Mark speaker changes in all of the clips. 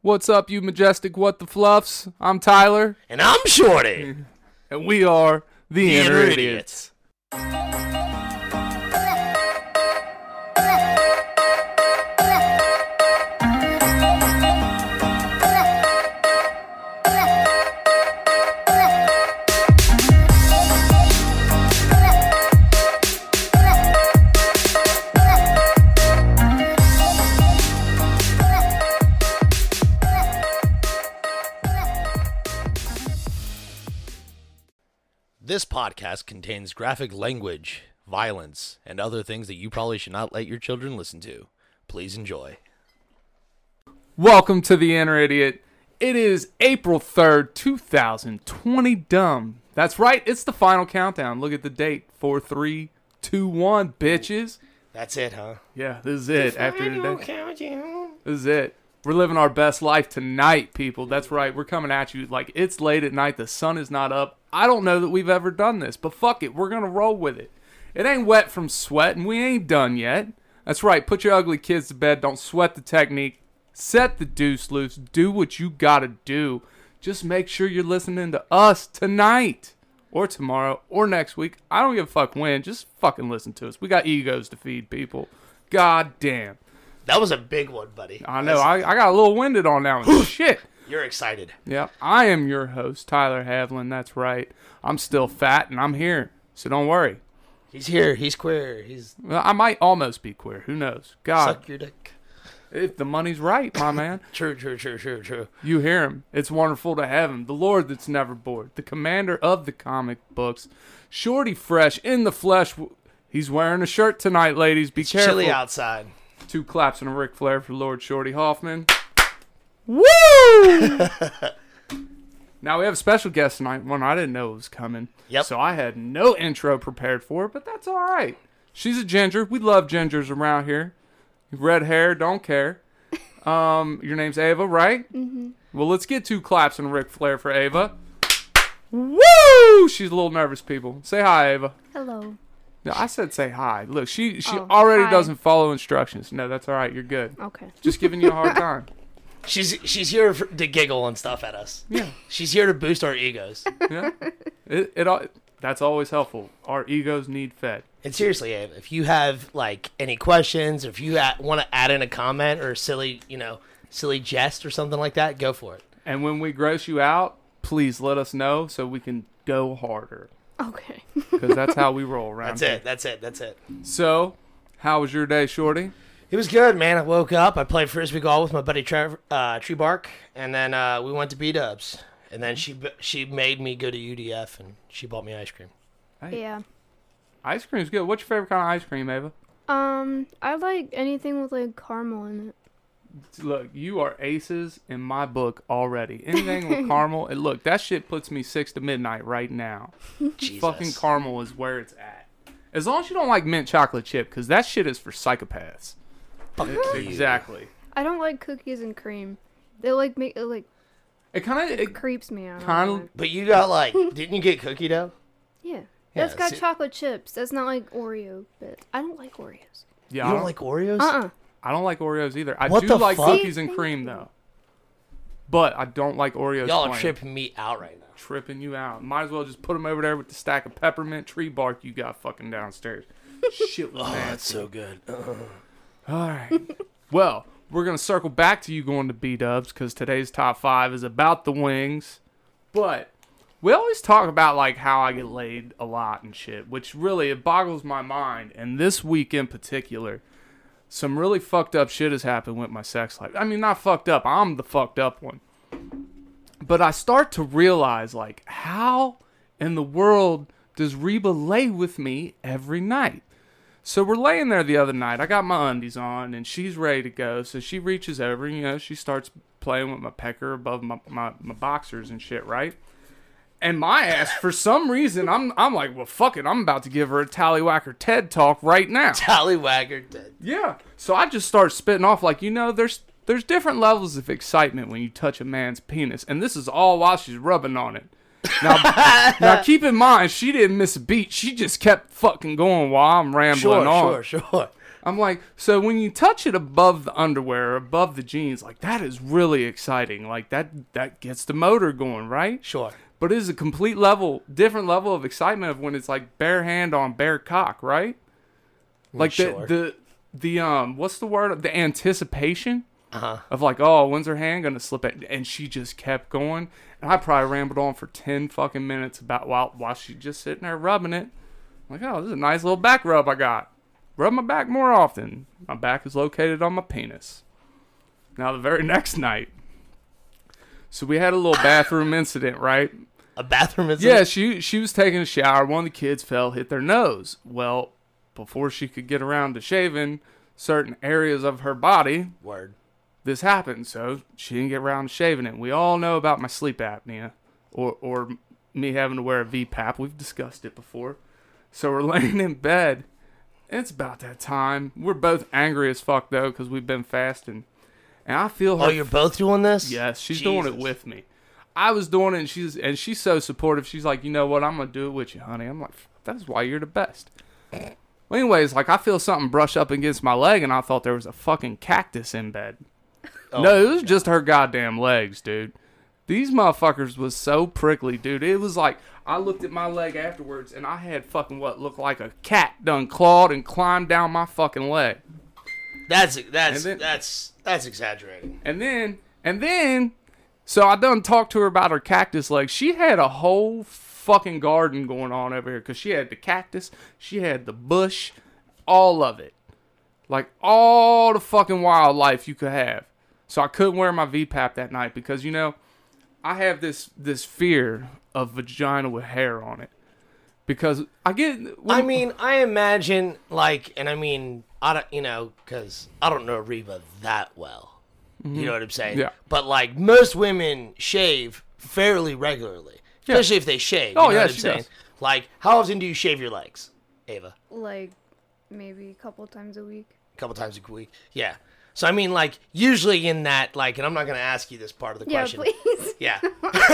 Speaker 1: What's up, you majestic what the fluffs? I'm Tyler,
Speaker 2: And I'm Shorty.
Speaker 1: and we are the, Inner
Speaker 2: Inner
Speaker 1: Idiots.
Speaker 2: This podcast contains graphic language, violence, and other things that you probably should not let your children listen to. Please enjoy.
Speaker 1: Welcome to the Inner Idiot. It is April 3rd, 2020. Dumb. That's right, it's the final countdown. Look at the date 4321, bitches.
Speaker 2: That's it, huh?
Speaker 1: Yeah, this is it after today.
Speaker 2: countdown.
Speaker 1: This is it. We're living our best life tonight, people. That's right. We're coming at you like it's late at night. The sun is not up. I don't know that we've ever done this, but fuck it. We're going to roll with it. It ain't wet from sweat, and we ain't done yet. That's right. Put your ugly kids to bed. Don't sweat the technique. Set the deuce loose. Do what you got to do. Just make sure you're listening to us tonight or tomorrow or next week. I don't give a fuck when. Just fucking listen to us. We got egos to feed, people. God damn.
Speaker 2: That was a big one, buddy.
Speaker 1: I know. I, I got a little winded on that one. Shit.
Speaker 2: You're excited.
Speaker 1: Yeah. I am your host, Tyler Havlin. That's right. I'm still fat and I'm here. So don't worry.
Speaker 2: He's here. He's queer. He's
Speaker 1: Well, I might almost be queer. Who knows? God,
Speaker 2: suck your dick.
Speaker 1: if the money's right, my man,
Speaker 2: True, true, true, true, true.
Speaker 1: you hear him. It's wonderful to have him. The Lord that's never bored. The commander of the comic books. Shorty Fresh in the flesh. He's wearing a shirt tonight, ladies. Be careful.
Speaker 2: Chilly outside.
Speaker 1: Two claps and a Ric Flair for Lord Shorty Hoffman. Woo! now we have a special guest tonight, one I didn't know was coming.
Speaker 2: Yep.
Speaker 1: So I had no intro prepared for her, but that's all right. She's a ginger. We love gingers around here. Red hair, don't care. Um, your name's Ava, right? Mm-hmm. Well, let's get two claps and a Ric Flair for Ava. Woo! She's a little nervous, people. Say hi, Ava.
Speaker 3: Hello.
Speaker 1: No, I said say hi. Look, she she
Speaker 3: Oh,
Speaker 1: already
Speaker 3: hi.
Speaker 1: doesn't follow instructions. No, that's all right. You're good.
Speaker 3: Okay.
Speaker 1: Just giving you a hard time.
Speaker 2: She's she's here for, to giggle and stuff at us.
Speaker 1: Yeah,
Speaker 2: She's here to boost our egos.
Speaker 1: yeah. It it al- that's always helpful. Our egos need fed.
Speaker 2: And seriously, Abe, if you have like any questions, or if you want to add in a comment or a silly, you know, silly jest or something like that, go for it.
Speaker 1: And when we gross you out, please let us know so we can go harder
Speaker 3: Okay.
Speaker 1: because that's how we roll around.
Speaker 2: That's
Speaker 1: here.
Speaker 2: it. That's it. That's it.
Speaker 1: So, how was your day, Shorty?
Speaker 2: It was good, man. I woke up. I played frisbee golf with my buddy Trevor uh, Tree Bark, and then uh, we went to B Dubs. And then she b- she made me go to UDF, and she bought me ice cream.
Speaker 3: yeah.
Speaker 1: Ice cream's good. What's your favorite kind of ice cream, Ava?
Speaker 3: Um, I like anything with like caramel in it.
Speaker 1: Look, you are aces in my book already. Anything with caramel, and look, that shit puts me six to midnight right now.
Speaker 2: Jesus.
Speaker 1: fucking caramel is where it's at. As long as you don't like mint chocolate chip, because that shit is for psychopaths.
Speaker 2: Fuck you.
Speaker 1: Exactly.
Speaker 3: I don't like cookies and cream. They like make it like
Speaker 1: It kind of. It,
Speaker 3: creeps me out.
Speaker 1: Kinda-
Speaker 3: Like,
Speaker 2: But you got like, didn't you get cookie dough?
Speaker 3: yeah.
Speaker 2: Yeah,
Speaker 3: That's got
Speaker 2: see-
Speaker 3: chocolate chips. That's not like Oreo bits. I don't like Oreos.
Speaker 1: yeah,
Speaker 2: You
Speaker 1: I
Speaker 2: don't
Speaker 1: don't,
Speaker 2: like Oreos?
Speaker 1: Uh-uh.
Speaker 3: Uh uh
Speaker 1: I don't like Oreos either. I
Speaker 2: What
Speaker 1: do
Speaker 2: the
Speaker 1: like
Speaker 2: fuck?
Speaker 1: cookies and
Speaker 3: See?
Speaker 1: cream though, but I don't like Oreos.
Speaker 2: Y'all are
Speaker 1: plain.
Speaker 2: tripping me out right now.
Speaker 1: tripping you out. Might as well just put them over there with the stack of peppermint tree bark you got fucking downstairs. Shit was nasty.
Speaker 2: Oh, That's so good.
Speaker 1: All right. well, we're going to circle back to you going to B Dubs because today's top five is about the wings. But we always talk about like how I get laid a lot and shit, which really it boggles my mind. And this week in particular, some really fucked up shit has happened with my sex life. I mean, not fucked up. I'm the fucked up one. But I start to realize like how in the world does Reba lay with me every night? So we're laying there the other night. I got my undies on, and she's ready to go. So she reaches over, and, you know, she starts playing with my pecker above my, my, my boxers and shit, right? And my ass, for some reason, I'm I'm like, well, fuck it, I'm about to give her a tallywhacker TED talk right now.
Speaker 2: Tallywagger did.
Speaker 1: Yeah. So I just start spitting off like, you know, there's there's different levels of excitement when you touch a man's penis, and this is all while she's rubbing on it. Now, now keep in mind, she didn't miss a beat. She just kept fucking going while I'm rambling
Speaker 2: Sure,
Speaker 1: on.
Speaker 2: sure, sure.
Speaker 1: I'm like, so when you touch it above the underwear, above the jeans, like that is really exciting. Like that that gets the motor going, right?
Speaker 2: Sure.
Speaker 1: But it is a complete level, different level of excitement of when it's like bare hand on bare cock, right? Like
Speaker 2: sure.
Speaker 1: the the the um, what's the word? The anticipation
Speaker 2: Uh huh.
Speaker 1: of like, oh, when's her hand gonna slip? It? And she just kept going, and I probably rambled on for ten fucking minutes about while while she just sitting there rubbing it. I'm like, oh, this is a nice little back rub I got. Rub my back more often. My back is located on my penis. Now the very next night, so we had a little bathroom incident, right?
Speaker 2: A bathroom is
Speaker 1: Yeah, she she was taking a shower. One of the kids fell, hit their nose. Well, before she could get around to shaving certain areas of her body,
Speaker 2: word.
Speaker 1: this happened, so she didn't get around to shaving it. We all know about my sleep apnea, or or me having to wear a VPAP. We've discussed it before. So we're laying in bed. It's about that time. We're both angry as fuck though, because we've been fasting, and I feel her.
Speaker 2: Oh, you're both doing this?
Speaker 1: yes, she's doing it
Speaker 2: Jesus.
Speaker 1: with me. I was doing it, and she's and she's so supportive. She's like, you know what? I'm gonna do it with you, honey. I'm like, that's why you're the best. Well, anyways, like I feel something brush up against my leg, and I thought there was a fucking cactus in bed.
Speaker 2: Oh,
Speaker 1: No, it was just her goddamn legs, dude. These motherfuckers was so prickly, dude. It was like I looked at my leg afterwards and I had fucking what looked like a cat done clawed and climbed down my fucking leg.
Speaker 2: That's that's
Speaker 1: And then-
Speaker 2: that's that's exaggerating.
Speaker 1: And then and then so I done talked to her about her cactus leg. She had a whole fucking garden going on over here cuz she had the cactus, she had the bush, all of it. Like all the fucking wildlife you could have. So I couldn't wear my VPAP that night because you know I have this this fear of vagina with hair on it because I get.
Speaker 2: I mean, I imagine like, and I mean, I don't, you know, because I don't know Reba that well. You know what I'm saying?
Speaker 1: Mm-hmm. Yeah.
Speaker 2: But like most women shave fairly regularly, especially if they shave. You
Speaker 1: Oh,
Speaker 2: know
Speaker 1: yeah,
Speaker 2: what I'm
Speaker 1: she
Speaker 2: saying?
Speaker 1: does.
Speaker 2: Like, how often do you shave your legs, Ava?
Speaker 3: Like maybe a couple times a week.
Speaker 2: A couple times a week. Yeah. So I mean, like, usually in that, like, and I'm not gonna ask you this part of the
Speaker 3: Yeah,
Speaker 2: question.
Speaker 3: please.
Speaker 2: Yeah.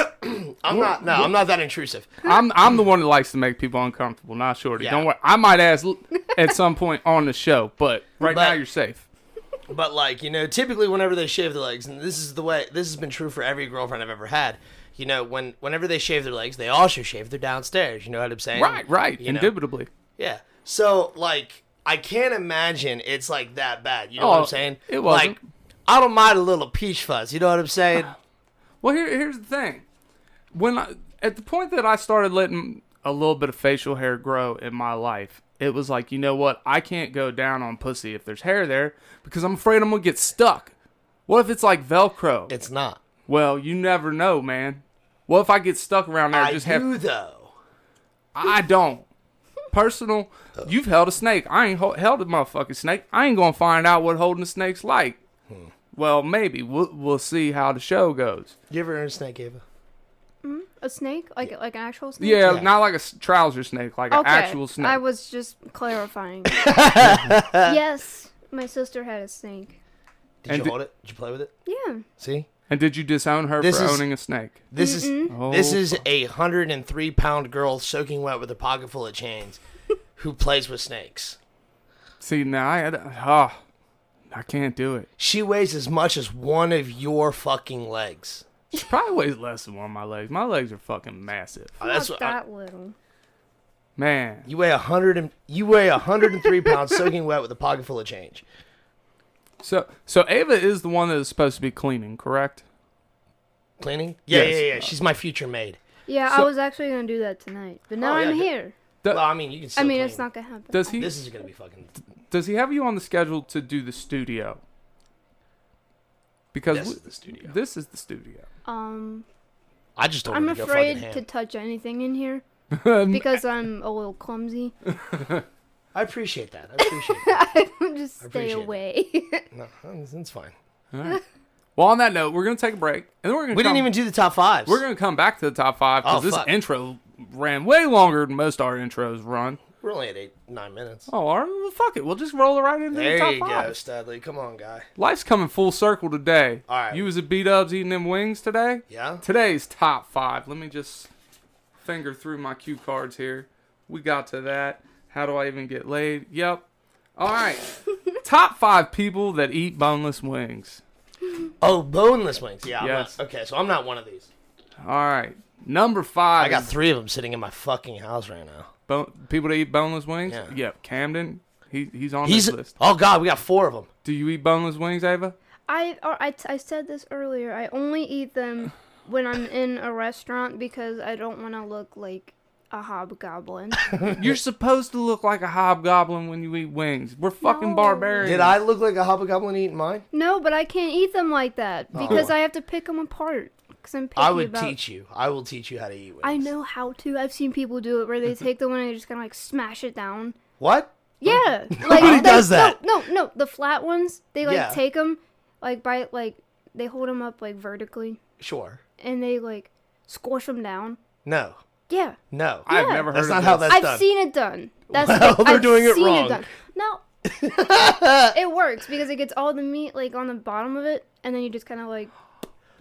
Speaker 2: I'm not. No, I'm not that intrusive.
Speaker 1: I'm I'm the one that likes to make people uncomfortable, not Shorty.
Speaker 2: Yeah.
Speaker 1: Don't worry. I might ask l- at some point on the show, but right now
Speaker 2: But-
Speaker 1: you're safe.
Speaker 2: But like, you know, typically whenever they shave their legs, and this is the way this has been true for every girlfriend I've ever had. You know, when whenever they shave their legs, they also shave their downstairs. You know what I'm saying?
Speaker 1: right, right,
Speaker 2: You know?
Speaker 1: indubitably.
Speaker 2: Yeah. So like, I can't imagine it's like that bad. You know what
Speaker 1: Oh,
Speaker 2: I'm saying?
Speaker 1: it wasn't.
Speaker 2: Like, I don't mind a little peach fuzz. You know what I'm saying?
Speaker 1: Well, here here's the thing. When I, at the point that I started letting a little bit of facial hair grow in my life, it was like, you know what? I can't go down on pussy if there's hair there because I'm afraid I'm gonna get stuck. What if it's like Velcro?
Speaker 2: it's not.
Speaker 1: well, you never know, man. What if I get stuck around there? and
Speaker 2: I
Speaker 1: just
Speaker 2: do
Speaker 1: have
Speaker 2: though.
Speaker 1: I don't. Personal, you've held a snake. I ain't ho- held a motherfucking snake. I ain't gonna find out what holding a snake's like. Well, maybe we'll, we'll see how the show goes.
Speaker 2: You ever heard of snake, Ava?
Speaker 3: A snake? Like like an actual snake?
Speaker 1: Yeah,
Speaker 2: Yeah.
Speaker 1: not like a s- trouser snake, like an
Speaker 3: Okay.
Speaker 1: actual snake.
Speaker 3: I was just clarifying. yes, my sister had a snake.
Speaker 2: Did
Speaker 1: And
Speaker 2: you
Speaker 1: di-
Speaker 2: hold it? Did you play with it?
Speaker 3: Yeah.
Speaker 2: See,
Speaker 1: and did you disown her
Speaker 2: This
Speaker 1: for
Speaker 2: is-
Speaker 1: owning a snake?
Speaker 2: this is
Speaker 1: Oh,
Speaker 2: This is a 103 pound girl soaking wet with a pocket full of chains who plays with snakes.
Speaker 1: Oh, see now I ah, I can't do it.
Speaker 2: She weighs as much as one of your fucking legs.
Speaker 1: She probably weighs less than one of my legs. My legs are fucking massive,
Speaker 2: Oh, that's
Speaker 3: Not
Speaker 2: what I-
Speaker 3: that little.
Speaker 1: man.
Speaker 2: you weigh 100 and you weigh 103 pounds soaking wet with a pocket full of change.
Speaker 1: So so Ava is the one that is supposed to be cleaning, correct?
Speaker 2: Cleaning? Yeah,
Speaker 1: Yes.
Speaker 2: yeah, yeah. She's my future maid.
Speaker 3: Yeah,
Speaker 1: So-
Speaker 3: I was actually gonna do that tonight, but now
Speaker 2: Oh, yeah,
Speaker 3: I'm
Speaker 2: good.
Speaker 3: here.
Speaker 1: Uh,
Speaker 2: Well, I mean, you can
Speaker 3: I
Speaker 2: still
Speaker 3: mean,
Speaker 2: clean.
Speaker 3: it's not gonna happen.
Speaker 1: Does he?
Speaker 2: This is gonna be fucking.
Speaker 1: Does he have you on the schedule to do the studio? Because
Speaker 2: This
Speaker 1: we-
Speaker 2: is the studio.
Speaker 1: this is the studio.
Speaker 3: Um,
Speaker 2: I just don't.
Speaker 3: I'm
Speaker 2: to go fucking
Speaker 3: afraid
Speaker 2: ham.
Speaker 3: to touch anything in here because I'm a little clumsy.
Speaker 2: I appreciate that. I appreciate that.
Speaker 3: Just stay
Speaker 2: appreciate it.
Speaker 3: away.
Speaker 2: No, it's it's fine.
Speaker 1: Well, on that note, we're gonna take a break, and then we're gonna
Speaker 2: We
Speaker 1: come,
Speaker 2: didn't even do the top fives.
Speaker 1: we're gonna come back to the top five because
Speaker 2: Oh,
Speaker 1: this
Speaker 2: fuck.
Speaker 1: intro ran way longer than most of our intros run.
Speaker 2: We're only at eight, nine minutes.
Speaker 1: Oh, all right, well, fuck it, we'll just roll it right into the
Speaker 2: there
Speaker 1: top
Speaker 2: you
Speaker 1: five.
Speaker 2: go, Studley. Come on, guy.
Speaker 1: Life's coming full circle today.
Speaker 2: All right.
Speaker 1: you was at B Dubs eating them wings today.
Speaker 2: Yeah.
Speaker 1: Today's top five. Let me just finger through my cue cards here. We got to that. How do I even get laid? Yep. All right. Top five people that eat boneless wings.
Speaker 2: Oh, boneless wings. Yeah. I'm not-
Speaker 1: Yes.
Speaker 2: okay, so I'm not one of these.
Speaker 1: All right. Number five.
Speaker 2: I got
Speaker 1: is
Speaker 2: three of them sitting in my fucking house right now.
Speaker 1: bon- people that eat boneless wings.
Speaker 2: Yeah.
Speaker 1: Yep. Camden. He, he's on
Speaker 2: He's
Speaker 1: this list.
Speaker 2: oh god, we got four of them.
Speaker 1: Do you eat boneless wings, Ava?
Speaker 3: I, or I, I said this earlier. I only eat them when I'm in a restaurant because I don't want to look like a hobgoblin.
Speaker 1: You're supposed to look like a hobgoblin when you eat wings. We're fucking
Speaker 3: No.
Speaker 1: barbarians.
Speaker 2: Did I look like a hobgoblin eating mine?
Speaker 3: no, but I can't eat them like that because
Speaker 2: Oh.
Speaker 3: I have to pick them apart. Cause I'm picky
Speaker 2: I would
Speaker 3: about-
Speaker 2: teach you. I will teach you how to eat wings.
Speaker 3: I know how to. I've seen people do it where they take the one and they just kind of like smash it down.
Speaker 2: What?
Speaker 3: Yeah, like
Speaker 2: Nobody
Speaker 3: they-
Speaker 2: does that.
Speaker 3: No, no, no, the flat ones. They like
Speaker 2: Yeah.
Speaker 3: take them, like by like they hold them up like vertically
Speaker 2: Sure.
Speaker 3: and they like squash them down.
Speaker 2: No.
Speaker 3: Yeah,
Speaker 2: No.
Speaker 1: I've
Speaker 3: Yeah.
Speaker 1: never heard
Speaker 2: That's
Speaker 1: of
Speaker 2: not how
Speaker 1: this.
Speaker 2: that's
Speaker 3: I've
Speaker 2: done.
Speaker 3: seen it done. That's
Speaker 2: Well, they're
Speaker 3: I've
Speaker 2: doing it
Speaker 3: seen
Speaker 2: wrong.
Speaker 3: done. No, it works because it gets all the meat like on the bottom of it, and then you just kind of like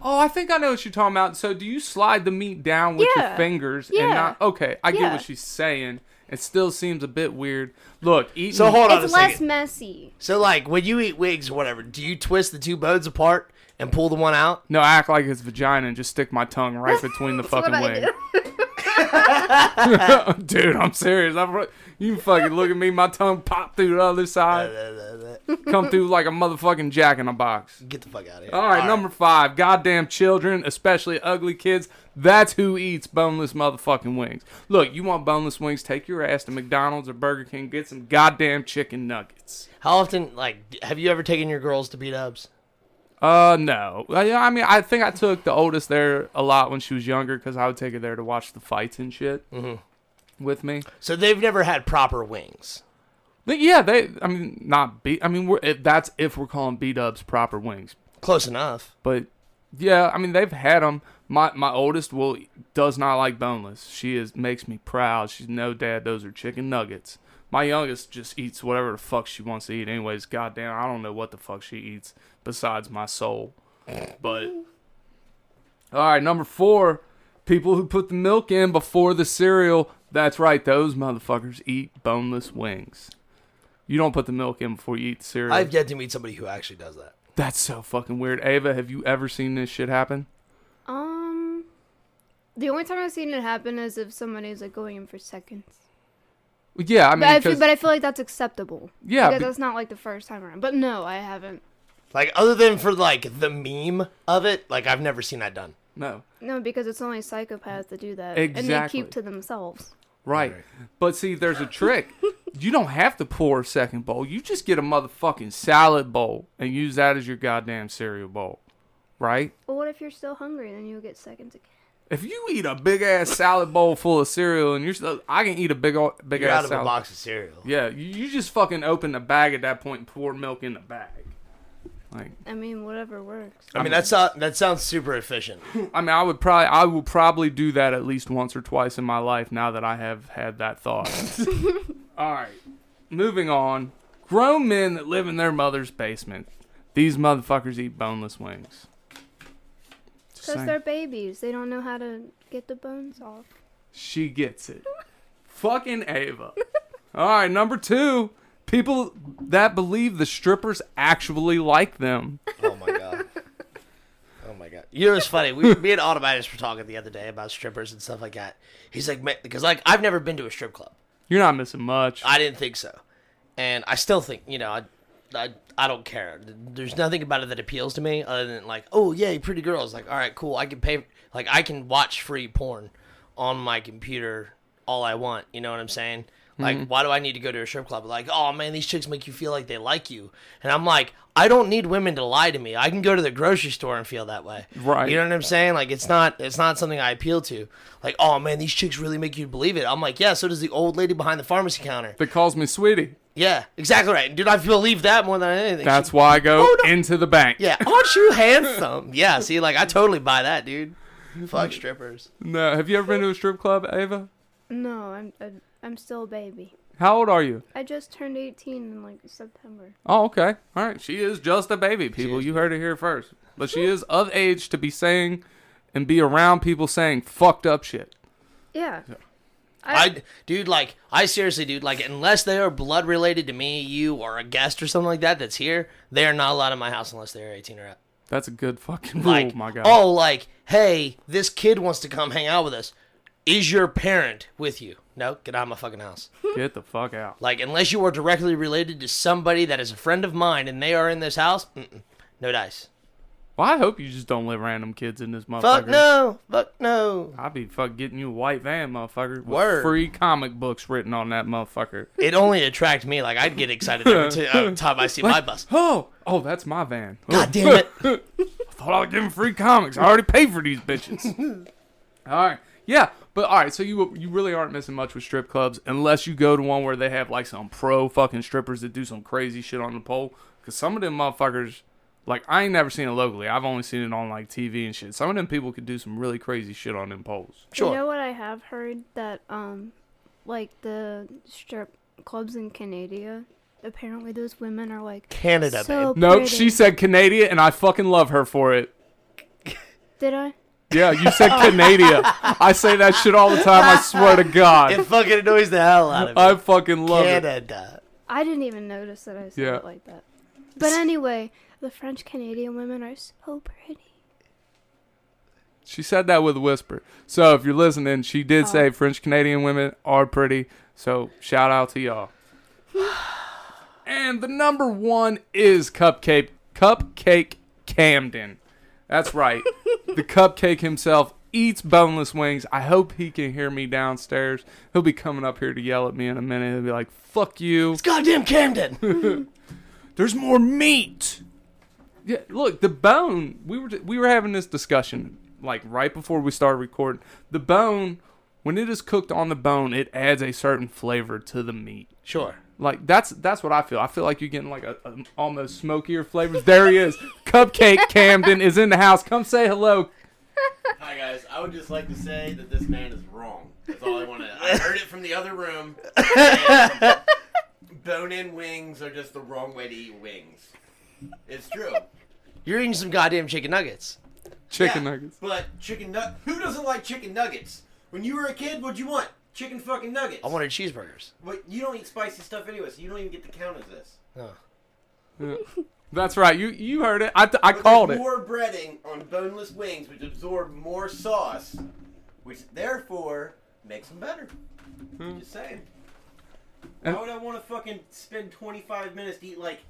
Speaker 1: Oh, I think I know what you're talking about. So, do you slide the meat down with your
Speaker 3: Yeah.
Speaker 1: fingers and
Speaker 3: Yeah.
Speaker 1: not? Okay, I get
Speaker 3: Yeah.
Speaker 1: what she's saying. It still seems a bit weird. Look, eating.
Speaker 2: So hold on
Speaker 3: it's
Speaker 2: a
Speaker 3: less
Speaker 2: second.
Speaker 3: messy.
Speaker 2: So like when you eat wings or whatever, do you twist the two bones apart and pull the one out?
Speaker 1: No, I act like it's vagina and just stick my tongue right between the
Speaker 3: That's
Speaker 1: fucking
Speaker 3: what I
Speaker 1: wing.
Speaker 3: do.
Speaker 1: Dude, I'm serious. I'm, re- you fucking look at me. My tongue popped through the other side,
Speaker 2: Get
Speaker 1: come through like a motherfucking jack in a box.
Speaker 2: the fuck out of here.
Speaker 1: All right, number five, goddamn children, especially ugly kids. That's who eats boneless motherfucking wings. Look, you want boneless wings? Take your ass to McDonald's or Burger King. Get some goddamn chicken nuggets.
Speaker 2: How often like d- have you ever taken your girls to beat ups?
Speaker 1: Uh, no. I, I mean, I think I took the oldest there a lot when she was younger because I would take her there to watch the fights and shit with me.
Speaker 2: So they've never had proper wings.
Speaker 1: But yeah, they. I mean, not beat. I mean, we're, if that's if we're calling B Dubs proper wings.
Speaker 2: Close enough.
Speaker 1: But yeah, I mean they've had them. My my oldest will does not like boneless. She is makes me proud. She's no dad. Those are chicken nuggets. My youngest just eats whatever the fuck she wants to eat. Anyways, goddamn, I don't know what the fuck she eats besides my soul. But all right, number four, people who put the milk in before the cereal. That's right, those motherfuckers eat boneless wings. You don't put the milk in before you eat the cereal.
Speaker 2: I've yet to meet somebody who actually does that.
Speaker 1: That's so fucking weird. Ava, have you ever seen this shit happen?
Speaker 3: Um, the only time I've seen it happen is if somebody's like going in for seconds.
Speaker 1: Yeah, I
Speaker 3: But I,
Speaker 1: mean,
Speaker 3: feel,
Speaker 1: 'cause-
Speaker 3: but I feel like that's acceptable.
Speaker 1: Yeah,
Speaker 3: because
Speaker 1: be-
Speaker 3: that's not like the first time around. But no, I haven't.
Speaker 2: Like other than for like the meme of it, like I've never seen that done.
Speaker 1: no,
Speaker 3: No, because it's only psychopaths that do that, and they
Speaker 1: Exactly.
Speaker 3: keep to themselves.
Speaker 1: right.
Speaker 2: Right.
Speaker 1: But see, there's a trick. you don't have to pour a second bowl. You just get a motherfucking salad bowl and use that as your goddamn cereal bowl, right?
Speaker 3: Well, what if you're still hungry? Then you'll get seconds again.
Speaker 1: If you eat a big ass salad bowl full of cereal and you're, still, I can eat a big ol- big
Speaker 2: You're
Speaker 1: ass
Speaker 2: out of
Speaker 1: salad.
Speaker 2: a box of cereal.
Speaker 1: Yeah, you, you just fucking open the bag at that point and pour milk in the bag. Like,
Speaker 3: I mean, whatever works.
Speaker 2: I mean that's not, that sounds super efficient.
Speaker 1: I mean, I would probably, I will probably do that at least once or twice in my life now that I have had that thought. All right, moving on. Grown men that live in their mother's basement. These motherfuckers eat boneless wings. Just
Speaker 3: Because
Speaker 1: saying.
Speaker 3: they're babies, they don't know how to get the bones off.
Speaker 1: She gets it. Fucking Ava. All right, number two. People that believe the strippers actually like them.
Speaker 2: Oh my god. Oh my god. You know what's funny? We, me and Automatus were talking the other day about strippers and stuff like that. He's like, because like I've never been to a strip club.
Speaker 1: You're not missing much.
Speaker 2: I didn't think so, and I still think you know I, I, I don't care. There's nothing about it that appeals to me other than like, oh yeah, pretty girls. Like, all right, cool. I can pay. Like, I can watch free porn on my computer all I want. You know what I'm saying? Like, why do I need to go to a strip club? Like, oh man, these chicks make you feel like they like you, and I'm like, I don't need women to lie to me. I can go to the grocery store and feel that way.
Speaker 1: Right.
Speaker 2: You know what I'm saying? Like, it's not it's not something I appeal to. Like, oh man, these chicks really make you believe it. I'm like, yeah. So does the old lady behind the pharmacy counter.
Speaker 1: that calls me sweetie.
Speaker 2: Yeah, exactly right. Dude, I believe that more than anything.
Speaker 1: That's why I go
Speaker 2: Oh, no.
Speaker 1: into the bank.
Speaker 2: yeah, aren't you handsome? Yeah, see, like I totally buy that, dude. Fuck strippers.
Speaker 1: No, have you ever been to a strip club, Ava?
Speaker 3: No, I'm I'm, I'm still a baby.
Speaker 1: How old are you?
Speaker 3: I just turned 18 in like September.
Speaker 1: Oh, okay. All right. She is just a baby, people.
Speaker 2: is.
Speaker 1: You heard it here first. But she is of age to be saying and be around people saying fucked up shit.
Speaker 3: Yeah.
Speaker 2: I,
Speaker 3: I-
Speaker 2: dude, like, I seriously, dude, like, unless they are blood related to me, you, or a guest or something like that that's here, they are not allowed in my house unless they are 18 or up.
Speaker 1: That's a good fucking rule,
Speaker 2: Like,
Speaker 1: my guy.
Speaker 2: oh, like, hey, this kid wants to come hang out with us. Is your parent with you? No, get out of my fucking house.
Speaker 1: Get the fuck out.
Speaker 2: Like, unless you are directly related to somebody that is a friend of mine and they are in this house, mm-mm, no dice.
Speaker 1: Well, I hope you just don't let random kids in this motherfucker.
Speaker 2: Fuck no, fuck no.
Speaker 1: I'll be fuck getting you a white van, motherfucker. With
Speaker 2: Word.
Speaker 1: Free comic books written on that motherfucker.
Speaker 2: It only attracts me. Like, I'd get excited every t- uh, time I see my bus.
Speaker 1: Oh, oh, that's my van. Oh,
Speaker 2: God damn it.
Speaker 1: thought I was giving free comics. I already paid for these bitches. all right, yeah, but all right. So you you really aren't missing much with strip clubs unless you go to one where they have like some pro fucking strippers that do some crazy shit on the pole. Because some of them motherfuckers, like I ain't never seen it locally. I've only seen it on like TV and shit. Some of them people could do some really crazy shit on them poles.
Speaker 2: Sure.
Speaker 3: You know what I have heard that um, like the strip clubs in Canada, apparently those women are like
Speaker 2: Canada,
Speaker 3: so
Speaker 2: babe.
Speaker 1: Nope,
Speaker 3: pretty.
Speaker 1: she said Canada, and I fucking love her for it.
Speaker 3: Did I?
Speaker 1: Yeah, you said Canada. I say that shit all the time. I swear to
Speaker 2: It
Speaker 1: God,
Speaker 2: fucking annoys the hell out of me.
Speaker 1: I fucking love it.
Speaker 2: Canada.
Speaker 3: I didn't even notice that I said
Speaker 1: Yeah.
Speaker 3: it like that. But anyway, the French Canadian women are so pretty.
Speaker 1: She said that with a whisper. So if you're listening, she did say French Canadian women are pretty. So shout out to y'all. and the number one is Cupcake Cupcake Camden. That's right. the cupcake himself eats boneless wings. I hope he can hear me downstairs. He'll be coming up here to yell at me in a minute. He'll be like, "Fuck you."
Speaker 2: It's goddamn Camden.
Speaker 1: There's more meat. Yeah, look, the bone. We were we were having this discussion like right before we started recording. The bone, when it is cooked on the bone, it adds a certain flavor to the meat.
Speaker 2: sure.
Speaker 1: Like that's that's what I feel. I feel like you're getting like a, a almost smokier flavors. There he is. Cupcake Camden is in the house. Come say hello.
Speaker 4: Hi guys, I would just like to say that this man is wrong. That's all I want to. I heard it from the other room. Bone-in wings are just the wrong way to eat wings. It's true.
Speaker 2: You're eating some goddamn chicken nuggets.
Speaker 1: Chicken
Speaker 4: Yeah,
Speaker 1: nuggets.
Speaker 4: But chicken nut. Who doesn't like chicken nuggets? When you were a kid, what'd you want? Chicken fucking nuggets.
Speaker 2: I wanted cheeseburgers.
Speaker 4: But you don't eat spicy stuff anyway, so you don't even get to count as this.
Speaker 2: Oh.
Speaker 1: Yeah. That's right. You you heard it. I, I
Speaker 4: But
Speaker 1: called
Speaker 4: there's
Speaker 1: it.
Speaker 4: More breading on boneless wings, which absorb more sauce, which therefore makes them better. Just saying.
Speaker 1: Hmm. And-
Speaker 4: Why would I want to fucking spend 25 minutes to eat like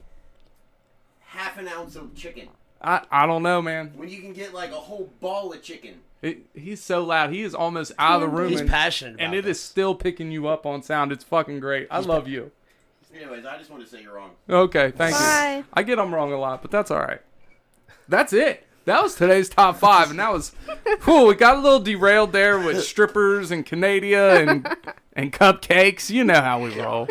Speaker 4: half an ounce of chicken
Speaker 1: I I don't know, man.
Speaker 4: when you can get like a whole ball of chicken?
Speaker 1: It, he's so loud. He is almost out of the room.
Speaker 2: He's
Speaker 1: and-
Speaker 2: passionate about
Speaker 1: and it is
Speaker 2: this.
Speaker 1: still picking you up on sound. It's fucking great. I love you.
Speaker 4: Anyways, I just want to say you're wrong.
Speaker 1: Okay, thank you.
Speaker 3: Bye.
Speaker 1: I get I'm wrong a lot, but that's all right. That's it. That was today's top five, and that was cool. We got a little derailed there with strippers and Canada and and cupcakes. You know how we roll.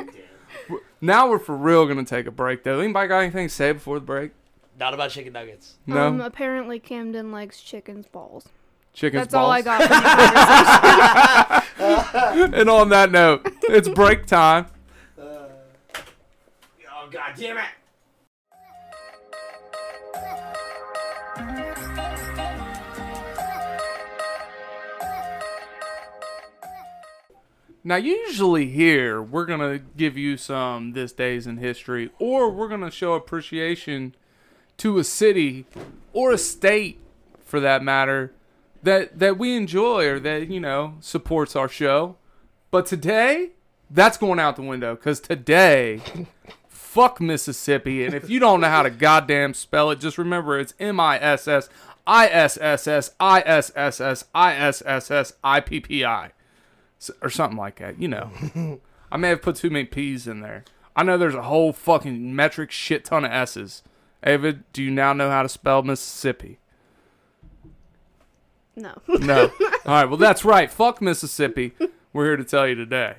Speaker 1: Now we're for real gonna take a break though. Anybody got anything to say before the break?
Speaker 2: Not about chicken nuggets.
Speaker 1: No.
Speaker 3: Um, apparently Camden likes chicken's balls.
Speaker 1: Chicken's
Speaker 3: That's all I
Speaker 1: balls?
Speaker 3: got. From the
Speaker 1: And on that note, it's break time.
Speaker 4: Oh god damn it!
Speaker 1: Now, usually here, we're going to give you some this days in history, or we're going to show appreciation to a city or a state, for that matter, that, that we enjoy or that, you know, supports our show. But today, that's going out the window because today, fuck Mississippi. And if you don't know how to goddamn spell it, just remember it's M I S S I S S S I S S S I S S S I P P I or something like that. You know, I may have put too many P's in there. I know there's a whole fucking metric shit ton of S's. David, do you now know how to spell Mississippi?
Speaker 3: no.
Speaker 1: No. All right. Well, that's right. Fuck Mississippi. We're here to tell you today.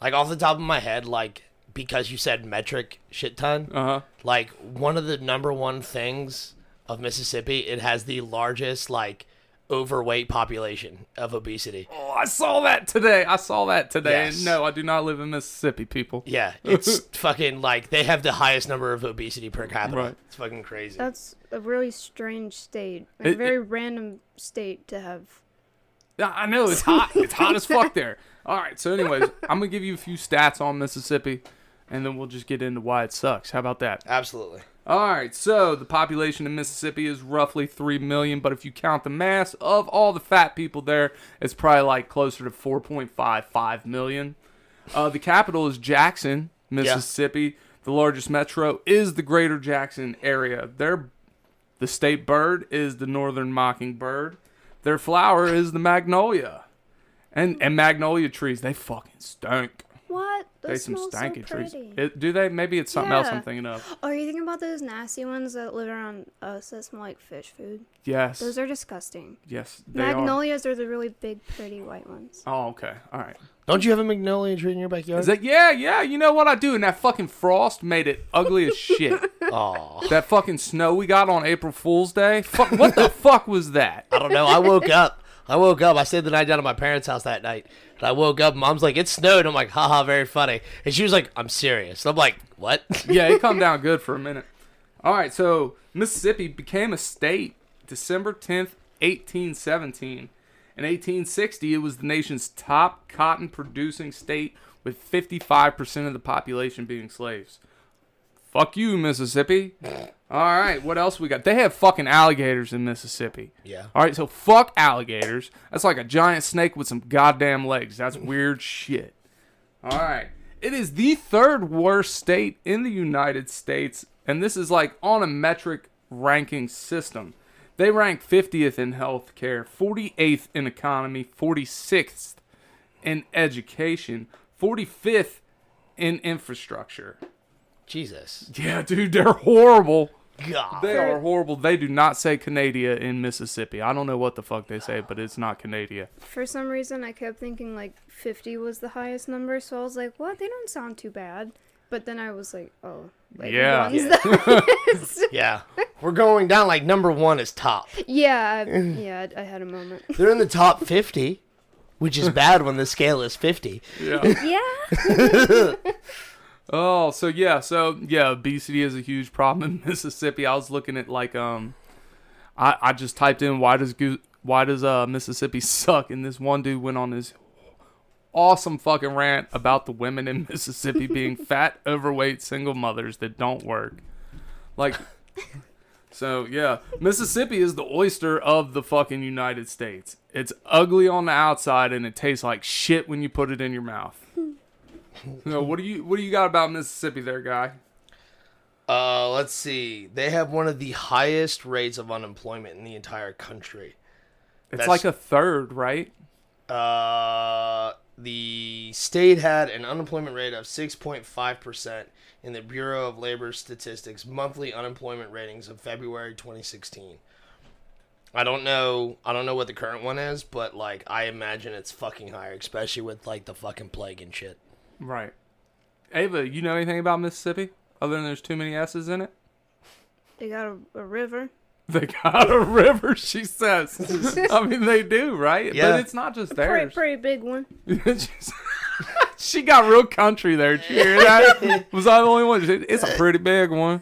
Speaker 2: Like, off the top of my head, like, because you said metric shit ton,
Speaker 1: Uh huh.
Speaker 2: like, one of the number one things of Mississippi, it has the largest, like, overweight population of obesity.
Speaker 1: Oh, I saw that today. I saw that today.
Speaker 2: Yes.
Speaker 1: No, I do not live in Mississippi, people.
Speaker 2: Yeah, it's fucking like they have the highest number of obesity per capita.
Speaker 1: Right.
Speaker 2: It's fucking crazy.
Speaker 3: That's a really strange state, like, a
Speaker 1: It-
Speaker 3: very random state to have
Speaker 1: I know it's hot. It's hot as fuck there. All right. So, anyways, I'm gonna give you a few stats on Mississippi, and then we'll just get into why it sucks. How about that?
Speaker 2: Absolutely.
Speaker 1: All right. So the population in Mississippi is roughly three million, but if you count the mass of all the fat people there, it's probably like closer to 4.55 million. Uh, the capital is Jackson, Mississippi. The largest metro is the Greater Jackson area. Their the state bird is the northern mockingbird. Their flower is the magnolia. And and magnolia trees, they fucking stink.
Speaker 3: What?
Speaker 1: They
Speaker 3: Those
Speaker 1: some
Speaker 3: smell so
Speaker 1: stanky trees.
Speaker 3: pretty.
Speaker 1: It- do they? Maybe it's something else I'm
Speaker 3: Yeah.
Speaker 1: thinking of.
Speaker 3: Oh, are you thinking about those nasty ones that live around us that smell like fish food?
Speaker 1: Yes.
Speaker 3: Those are disgusting.
Speaker 1: yes, they are.
Speaker 3: Magnolias are. the really big, pretty white ones.
Speaker 1: Oh, okay. All right.
Speaker 2: Don't you have a magnolia tree in your backyard?
Speaker 1: Is that yeah, yeah, you know what I do? And that fucking frost made it ugly as shit.
Speaker 2: Aw.
Speaker 1: that fucking snow we got on April Fool's Day. Fuck what the fuck was that?
Speaker 2: I don't know. I woke up. I woke up. I stayed the night down at my parents' house that night. And I woke up. Mom's like, it snowed. I'm like, haha, very funny. And she was like, I'm serious. I'm like, what?
Speaker 1: yeah, it come down good for a minute. All right, so Mississippi became a state December 10th, 1817. In 1860, it was the nation's top cotton producing state with 55% of the population being slaves. Fuck you, Mississippi. All right, what else we got? They have fucking alligators in Mississippi.
Speaker 2: Yeah.
Speaker 1: All right, so fuck alligators. That's like a giant snake with some goddamn legs. That's weird shit. All right. It is the third worst state in the United States, and this is like on a metric ranking system. They rank 50th in healthcare, 48th in economy, 46th in education, 45th in infrastructure.
Speaker 2: Jesus.
Speaker 1: Yeah, dude, they're horrible.
Speaker 2: God.
Speaker 1: They are horrible. They do not say Canada in Mississippi. I don't know what the fuck they say, but it's not Canada.
Speaker 3: For some reason, I kept thinking like 50 was the highest number, so I was like, "What? They don't sound too bad." But then I was like, "Oh, like
Speaker 1: Yeah.
Speaker 3: one's the highest."
Speaker 2: Yeah. We're going down like number one is top.
Speaker 3: yeah, I- yeah. I I had a moment.
Speaker 2: They're in the top 50, which is bad when the scale is 50.
Speaker 1: Yeah.
Speaker 3: yeah.
Speaker 1: Oh, so yeah, so yeah, obesity is a huge problem in Mississippi. I was looking at like um, I I just typed in why does Goo- why does uh Mississippi suck, and this one dude went on his awesome fucking rant about the women in Mississippi being fat, overweight single mothers that don't work, like. So yeah, Mississippi is the oyster of the fucking United States. It's ugly on the outside and it tastes like shit when you put it in your mouth. No, what do you what do you got about Mississippi there, guy?
Speaker 2: Uh, let's see. They have one of the highest rates of unemployment in the entire country.
Speaker 1: It's
Speaker 2: That's-
Speaker 1: like a third, right?
Speaker 2: Uh, the state had an unemployment rate of 6.5% in the Bureau of Labor Statistics monthly unemployment ratings of February 2016. I don't know. I don't know what the current one is, but like I imagine it's fucking higher, especially with like the fucking plague and shit.
Speaker 1: Right. Ava, you know anything about Mississippi other than there's too many S's in it?
Speaker 3: They got a, a river.
Speaker 1: They got a river, she says. I mean, they do, right?
Speaker 2: Yeah.
Speaker 1: But it's not just
Speaker 3: Pretty,
Speaker 1: theirs.
Speaker 3: pretty big one.
Speaker 1: She's- she got real country there. Did you hear that? Was I the only one? She- It's a pretty big one.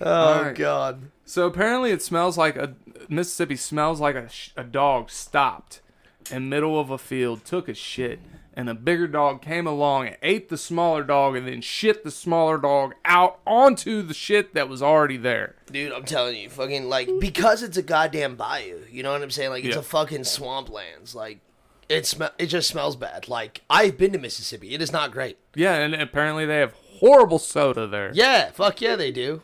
Speaker 2: Oh
Speaker 1: Alright.
Speaker 2: god.
Speaker 1: So apparently, it smells like a Mississippi smells like a, sh- a dog stopped in middle of a field, took a shit, and a bigger dog came along and ate the smaller dog, and then shit the smaller dog out onto the shit that was already there.
Speaker 2: Dude, I'm telling you, fucking like because it's a goddamn bayou. You know what I'm saying? Like it's
Speaker 1: Yeah.
Speaker 2: a fucking swamplands. Like it sm- it just smells bad. Like I've been to Mississippi. It is not great.
Speaker 1: Yeah, and apparently they have horrible soda there.
Speaker 2: Yeah, fuck yeah, they do.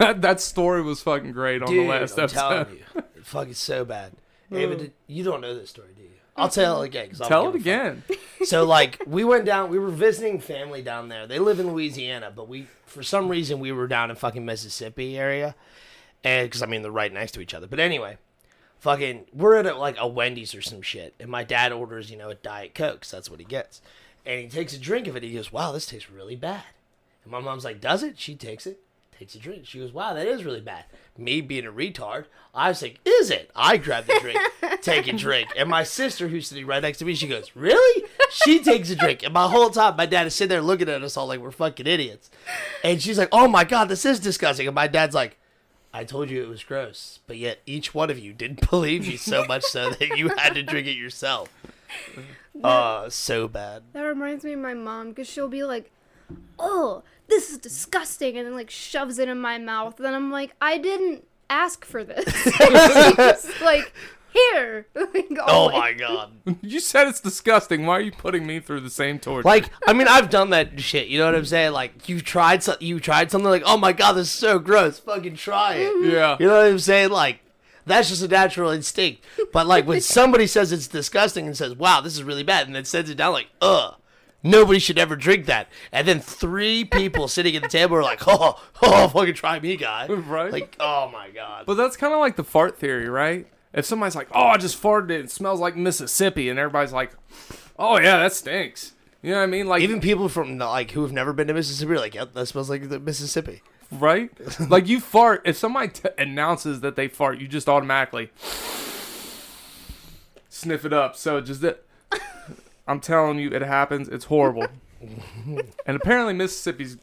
Speaker 1: That, that story was fucking great on
Speaker 2: Dude,
Speaker 1: the last
Speaker 2: I'm
Speaker 1: episode.
Speaker 2: telling you, it's fucking so bad. Ava, did, you don't know this story, do you? I'll tell it again. 'cause I don't
Speaker 1: Tell it
Speaker 2: give a fuck.
Speaker 1: again.
Speaker 2: So like we went down, we were visiting family down there. They live in Louisiana, but we for some reason we were down in fucking Mississippi area, and because I mean they're right next to each other. But anyway, fucking we're at a, like a Wendy's or some shit, and my dad orders you know a diet coke, 'cause that's what he gets, and he takes a drink of it. He goes, "Wow, this tastes really bad." And my mom's like, "Does it?" She takes it, takes a drink. She goes, "Wow, that is really bad." Me being a retard, I was like, "Is it?" I grab the drink, take a drink, and my sister, who's sitting right next to me, she goes, "Really?" She takes a drink, and my whole time, my dad is sitting there looking at us all like we're fucking idiots, and she's like, "Oh my god, this is disgusting," and my dad's like. I told you it was gross, but yet each one of you didn't believe me so much so that you had to drink it yourself. Uh, so bad.
Speaker 3: That reminds me of my mom because she'll be like, "Oh, this is disgusting," and then like shoves it in my mouth. Then I'm like, "I didn't ask for this." She's just like, "Here." Like,
Speaker 2: Oh
Speaker 3: always.
Speaker 2: my god.
Speaker 1: You said it's disgusting. Why are you putting me through the same torture?
Speaker 2: Like, I mean, I've done that shit. You know what I'm saying? Like, you tried so- you tried something like, oh my god, this is so gross. Fucking try it.
Speaker 1: yeah.
Speaker 2: You know what I'm saying? Like, that's just a natural instinct. But like, when somebody says it's disgusting and says, wow, this is really bad, and then sends it down, like, ugh. Nobody should ever drink that. And then three people sitting at the table are like, oh, oh, fucking try me, guy.
Speaker 1: Right.
Speaker 2: Like, oh my god.
Speaker 1: But that's kind of like the fart theory, right? If somebody's like, "Oh, I just farted. It smells like Mississippi," and everybody's like, "Oh yeah, that stinks." You know what I mean? Like,
Speaker 2: Even people from like who have never been to Mississippi are like, yep, that smells like the Mississippi.
Speaker 1: right? like you fart. If somebody t- announces that they fart, you just automatically sniff it up. So just that. I'm telling you, it happens. It's horrible. and apparently, Mississippi's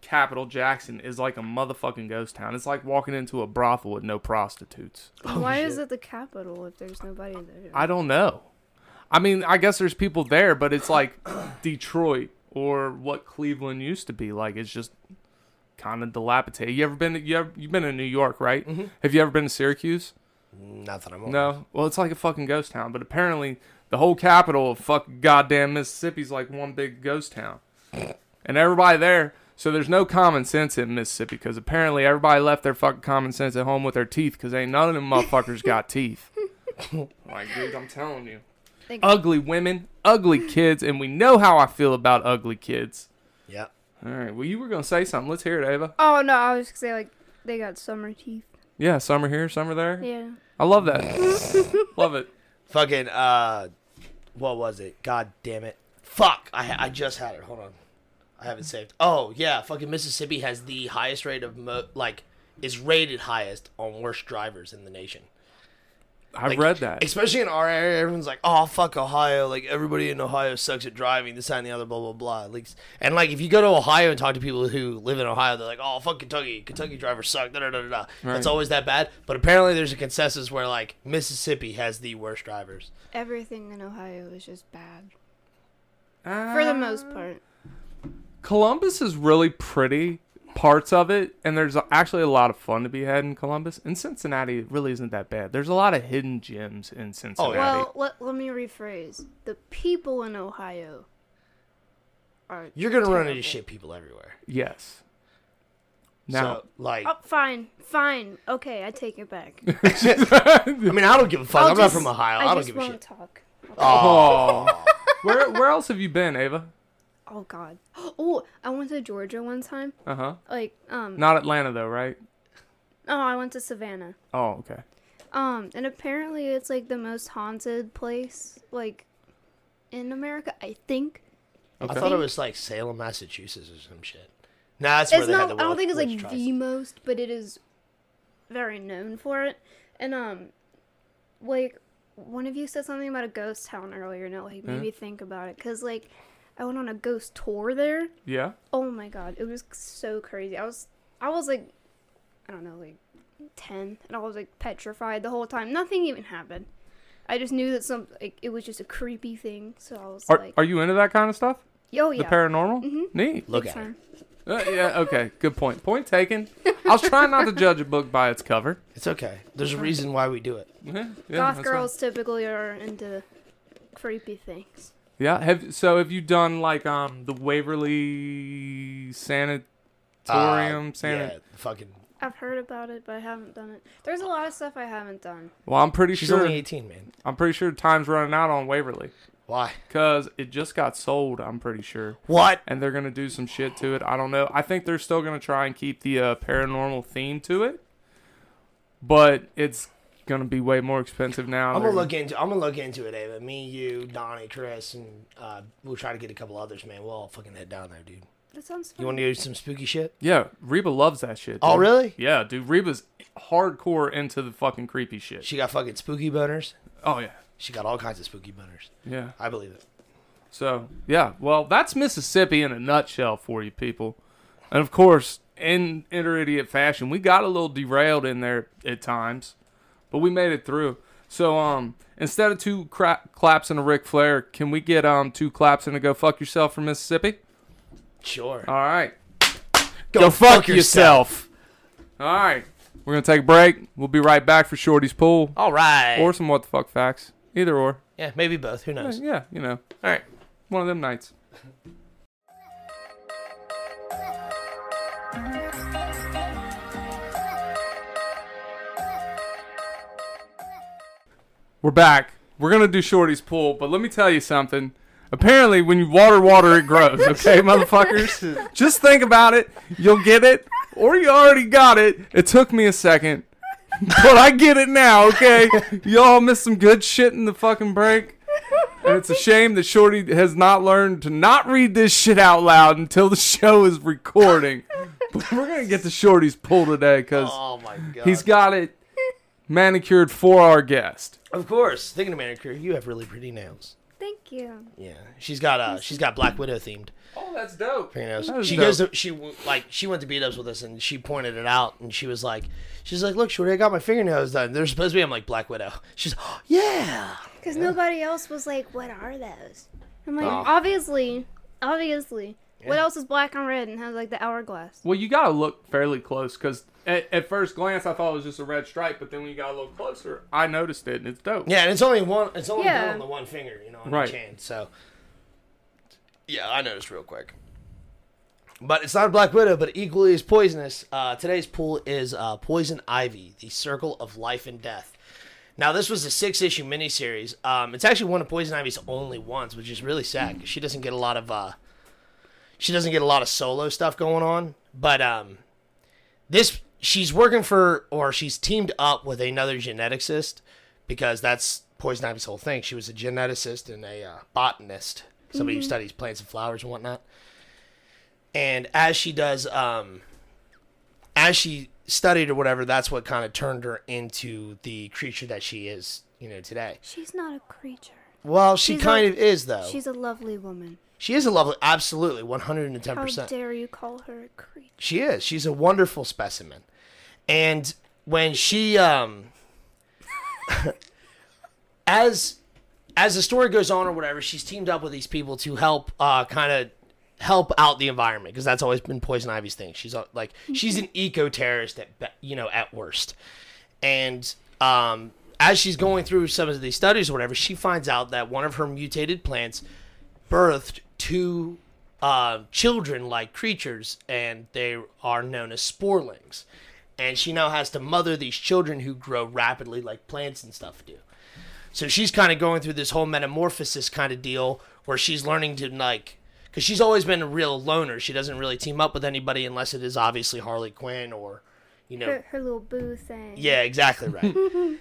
Speaker 1: capital, Jackson, is like a motherfucking ghost town. It's like walking into a brothel with no prostitutes.
Speaker 3: Why is it the capital if there's nobody there?
Speaker 1: I don't know. I mean, I guess there's people there, but it's like Detroit or what Cleveland used to be. Like it's just kind of dilapidated. You ever been? To, you ever, you've been in New York, right? Have you ever been to Syracuse?
Speaker 2: Not that I'm aware of.
Speaker 1: No. Well, it's like a fucking ghost town. But apparently, the whole capital of fuck goddamn Mississippi's like one big ghost town, and everybody there. So there's no common sense in Mississippi because apparently everybody left their fucking common sense at home with their teeth because ain't none of them motherfuckers got teeth. like, dude, I'm telling you
Speaker 3: Like,
Speaker 1: ugly women, ugly kids, and we know how I feel about ugly kids.
Speaker 2: Yeah.
Speaker 1: All right. Well, you were gonna say something. Let's hear it, Ava.
Speaker 3: oh no, I was gonna say like they got summer teeth.
Speaker 1: Yeah, some are here, some are there.
Speaker 3: Yeah.
Speaker 1: I love that. love it.
Speaker 2: Fucking uh, what was it? God damn it! Fuck! I ha- I just had it. Hold on, I haven't saved. Oh yeah, fucking Mississippi has the highest rate of mo- like is rated highest on worst drivers in the nation.
Speaker 1: I
Speaker 2: Like,
Speaker 1: read that.
Speaker 2: Especially in our area, everyone's like, "Oh fuck Ohio!" Like everybody in Ohio sucks at driving. This that, and the other, blah blah blah. Like, and like if you go to Ohio and talk to people who live in Ohio, they're like, "Oh fuck Kentucky! Kentucky drivers suck." Da da da da. da.
Speaker 1: Right.
Speaker 2: It's always that bad. But apparently, there's a consensus where like Mississippi has the worst drivers.
Speaker 3: Everything in Ohio is just bad for
Speaker 1: For
Speaker 3: the most part.
Speaker 1: Columbus is really pretty parts of it, and there's actually a lot of fun to be had in Columbus. And Cincinnati really isn't that bad. There's a lot of hidden gems in Cincinnati.
Speaker 2: yeah.
Speaker 3: Well, let, let me rephrase. The people in Ohio are.
Speaker 2: You're gonna run into
Speaker 3: terrible.
Speaker 2: shit people everywhere.
Speaker 1: yes. Now,
Speaker 2: so, like,
Speaker 3: Oh, fine, fine. Okay, I take it back.
Speaker 2: I mean, I don't give a fuck.
Speaker 3: I'll
Speaker 2: I'm not
Speaker 3: just-
Speaker 2: from Ohio. I, don't
Speaker 3: just
Speaker 2: give a
Speaker 3: wanna
Speaker 2: shit.
Speaker 3: Talk.
Speaker 1: oh, where where else have you been, Ava?
Speaker 3: Oh God. Oh, I went to Georgia one time.
Speaker 1: Uh huh.
Speaker 3: Like, um,
Speaker 1: Not Atlanta though, right?
Speaker 3: oh, I went to Savannah.
Speaker 1: Oh, okay.
Speaker 3: Um, and apparently it's like the most haunted place like in America. I think.
Speaker 2: I thought it was like Salem, Massachusetts, or some shit. Nah, that's where
Speaker 3: it's
Speaker 2: they
Speaker 3: not.
Speaker 2: had the.
Speaker 3: I don't think it's
Speaker 2: witch
Speaker 3: like
Speaker 2: trials.
Speaker 3: the most, but it is very known for it. And um, like one of you said something about a ghost town earlier, and it like
Speaker 2: Hmm?
Speaker 3: made me think about it because like I went on a ghost tour there.
Speaker 1: Yeah.
Speaker 3: Oh my god, it was so crazy. I was I was like I don't know, like 10 and I was like petrified the whole time. Nothing even happened. I just knew that some like it was just a creepy thing, so I was
Speaker 1: Are,
Speaker 3: like,
Speaker 1: are you into that kind of stuff?
Speaker 3: "Yo, yeah." Mm-hmm.
Speaker 1: The paranormal? Neat.
Speaker 2: Look
Speaker 3: It's
Speaker 2: at it.
Speaker 3: fine.
Speaker 1: Uh, yeah, okay. Good point. Point taken. I was trying not to judge a book by its cover.
Speaker 2: It's okay. There's a reason why we do it.
Speaker 1: Yeah, yeah, that's
Speaker 3: Goth
Speaker 1: fine.
Speaker 3: girls typically are into creepy things.
Speaker 1: Yeah. Have so have you done like um the Waverly sanatorium?
Speaker 2: Uh,
Speaker 1: sanit-
Speaker 2: yeah, fucking.
Speaker 3: I've heard about it, but I haven't done it. There's a lot of stuff I haven't done.
Speaker 1: Well, I'm pretty
Speaker 2: She's
Speaker 1: sure
Speaker 2: only 18, man.
Speaker 1: I'm pretty sure time's running out on Waverly
Speaker 2: Why?
Speaker 1: because it just got sold. I'm pretty sure.
Speaker 2: What?
Speaker 1: And they're gonna do some shit to it. I don't know. I think they're still gonna try and keep the uh, paranormal theme to it, but it's gonna be way more expensive now.
Speaker 2: I'm
Speaker 1: They're
Speaker 2: gonna look into. I'm gonna look into it, Ava. Me, you, Donnie, Chris, and uh, we'll try to get a couple others, man. We'll all fucking head down there, dude.
Speaker 3: That sounds fun.
Speaker 2: You want to do some spooky shit?
Speaker 1: Yeah, Reba loves that shit.
Speaker 2: Oh,
Speaker 1: dude.
Speaker 2: really?
Speaker 1: Yeah, dude. Reba's hardcore into the fucking creepy shit.
Speaker 2: She got fucking spooky boners.
Speaker 1: Oh yeah,
Speaker 2: She got all kinds of spooky boners.
Speaker 1: yeah.
Speaker 2: I believe it.
Speaker 1: So yeah, well, that's Mississippi in a nutshell for you people, and of course in inner idiot fashion, we got a little derailed in there at times, but we made it through. So um, instead of two cra- claps and a Ric Flair, can we get um two claps and a go fuck yourself from Mississippi?
Speaker 2: Sure.
Speaker 1: All right,
Speaker 2: go,
Speaker 1: All right, we're gonna take a break. We'll be right back for Shorty's pool
Speaker 2: All right.
Speaker 1: or some what the fuck facts. Either or,
Speaker 2: yeah, maybe both. Who knows?
Speaker 1: yeah, you know,
Speaker 2: All right.
Speaker 1: one of them nights. We're back. We're gonna do Shorty's pool, but let me tell you something. Apparently, when you water water, it grows. Okay, motherfuckers. Just think about it. You'll get it, or you already got it. It took me a second, but I get it now. Okay, y'all missed some good shit in the fucking break, and it's a shame that Shorty has not learned to not read this shit out loud until the show is recording. But we're gonna get to Shorty's pool today because
Speaker 2: Oh my god.
Speaker 1: he's got it manicured for our guest.
Speaker 2: Of course. Thinking of manicure, you have really pretty nails.
Speaker 3: Thank you.
Speaker 2: Yeah. She's got uh she's got Black Widow themed.
Speaker 1: Oh, that's dope.
Speaker 2: You
Speaker 1: That
Speaker 2: know,
Speaker 1: is
Speaker 2: she
Speaker 1: dope.
Speaker 2: goes to, she w- like she went to beat ups with us and she pointed it out and she was like she's like look shorty I got my fingernails done they're supposed to be I'm like Black Widow she's oh, yeah
Speaker 3: Because nobody else was like, what are those? I'm like, obviously, obviously. What else is black and red and has like the hourglass?
Speaker 1: Well, you gotta look fairly close because at, at first glance I thought it was just a red stripe, but then when you got a little closer, I noticed it and it's dope.
Speaker 2: yeah and it's only one it's only
Speaker 3: Yeah.
Speaker 2: done on the one finger you know on
Speaker 1: Right.
Speaker 2: the chain so yeah I noticed real quick but it's not Black Widow but equally as poisonous uh, today's pool is uh, Poison Ivy the Circle of Life and Death. Now, this was a six issue miniseries. Um, it's actually one of Poison Ivy's only ones, which is really sad 'cause she doesn't get a lot of uh, she doesn't get a lot of solo stuff going on. But um, this she's working for or she's teamed up with another geneticist because that's Poison Ivy's whole thing. She was a geneticist and a uh, botanist, somebody
Speaker 3: Mm-hmm.
Speaker 2: who studies plants and flowers and whatnot. And as she does um, as she studied or whatever, that's what kind of turned her into the creature that she is, you know, today.
Speaker 3: She's not a creature.
Speaker 2: Well, she
Speaker 3: She's
Speaker 2: kind
Speaker 3: a-
Speaker 2: of is though.
Speaker 3: She's a lovely woman.
Speaker 2: She is a lovely, absolutely, one hundred and ten
Speaker 3: How
Speaker 2: percent.
Speaker 3: dare you call her a creature?
Speaker 2: She is. She's a wonderful specimen. And when she um as as the story goes on or whatever, she's teamed up with these people to help uh kind of help out the environment because that's always been Poison Ivy's thing. She's uh, like she's an eco-terrorist at be- you know at worst. And um as she's going through some of these studies or whatever, she finds out that one of her mutated plants birthed two uh, children like creatures, and they are known as sporelings. And she now has to mother these children who grow rapidly, like plants and stuff do. So she's kind of going through this whole metamorphosis kind of deal where she's learning to, like, because she's always been a real loner. She doesn't really team up with anybody unless it is obviously Harley Quinn or, you know,
Speaker 3: Her, her little boo thing.
Speaker 2: yeah, exactly right.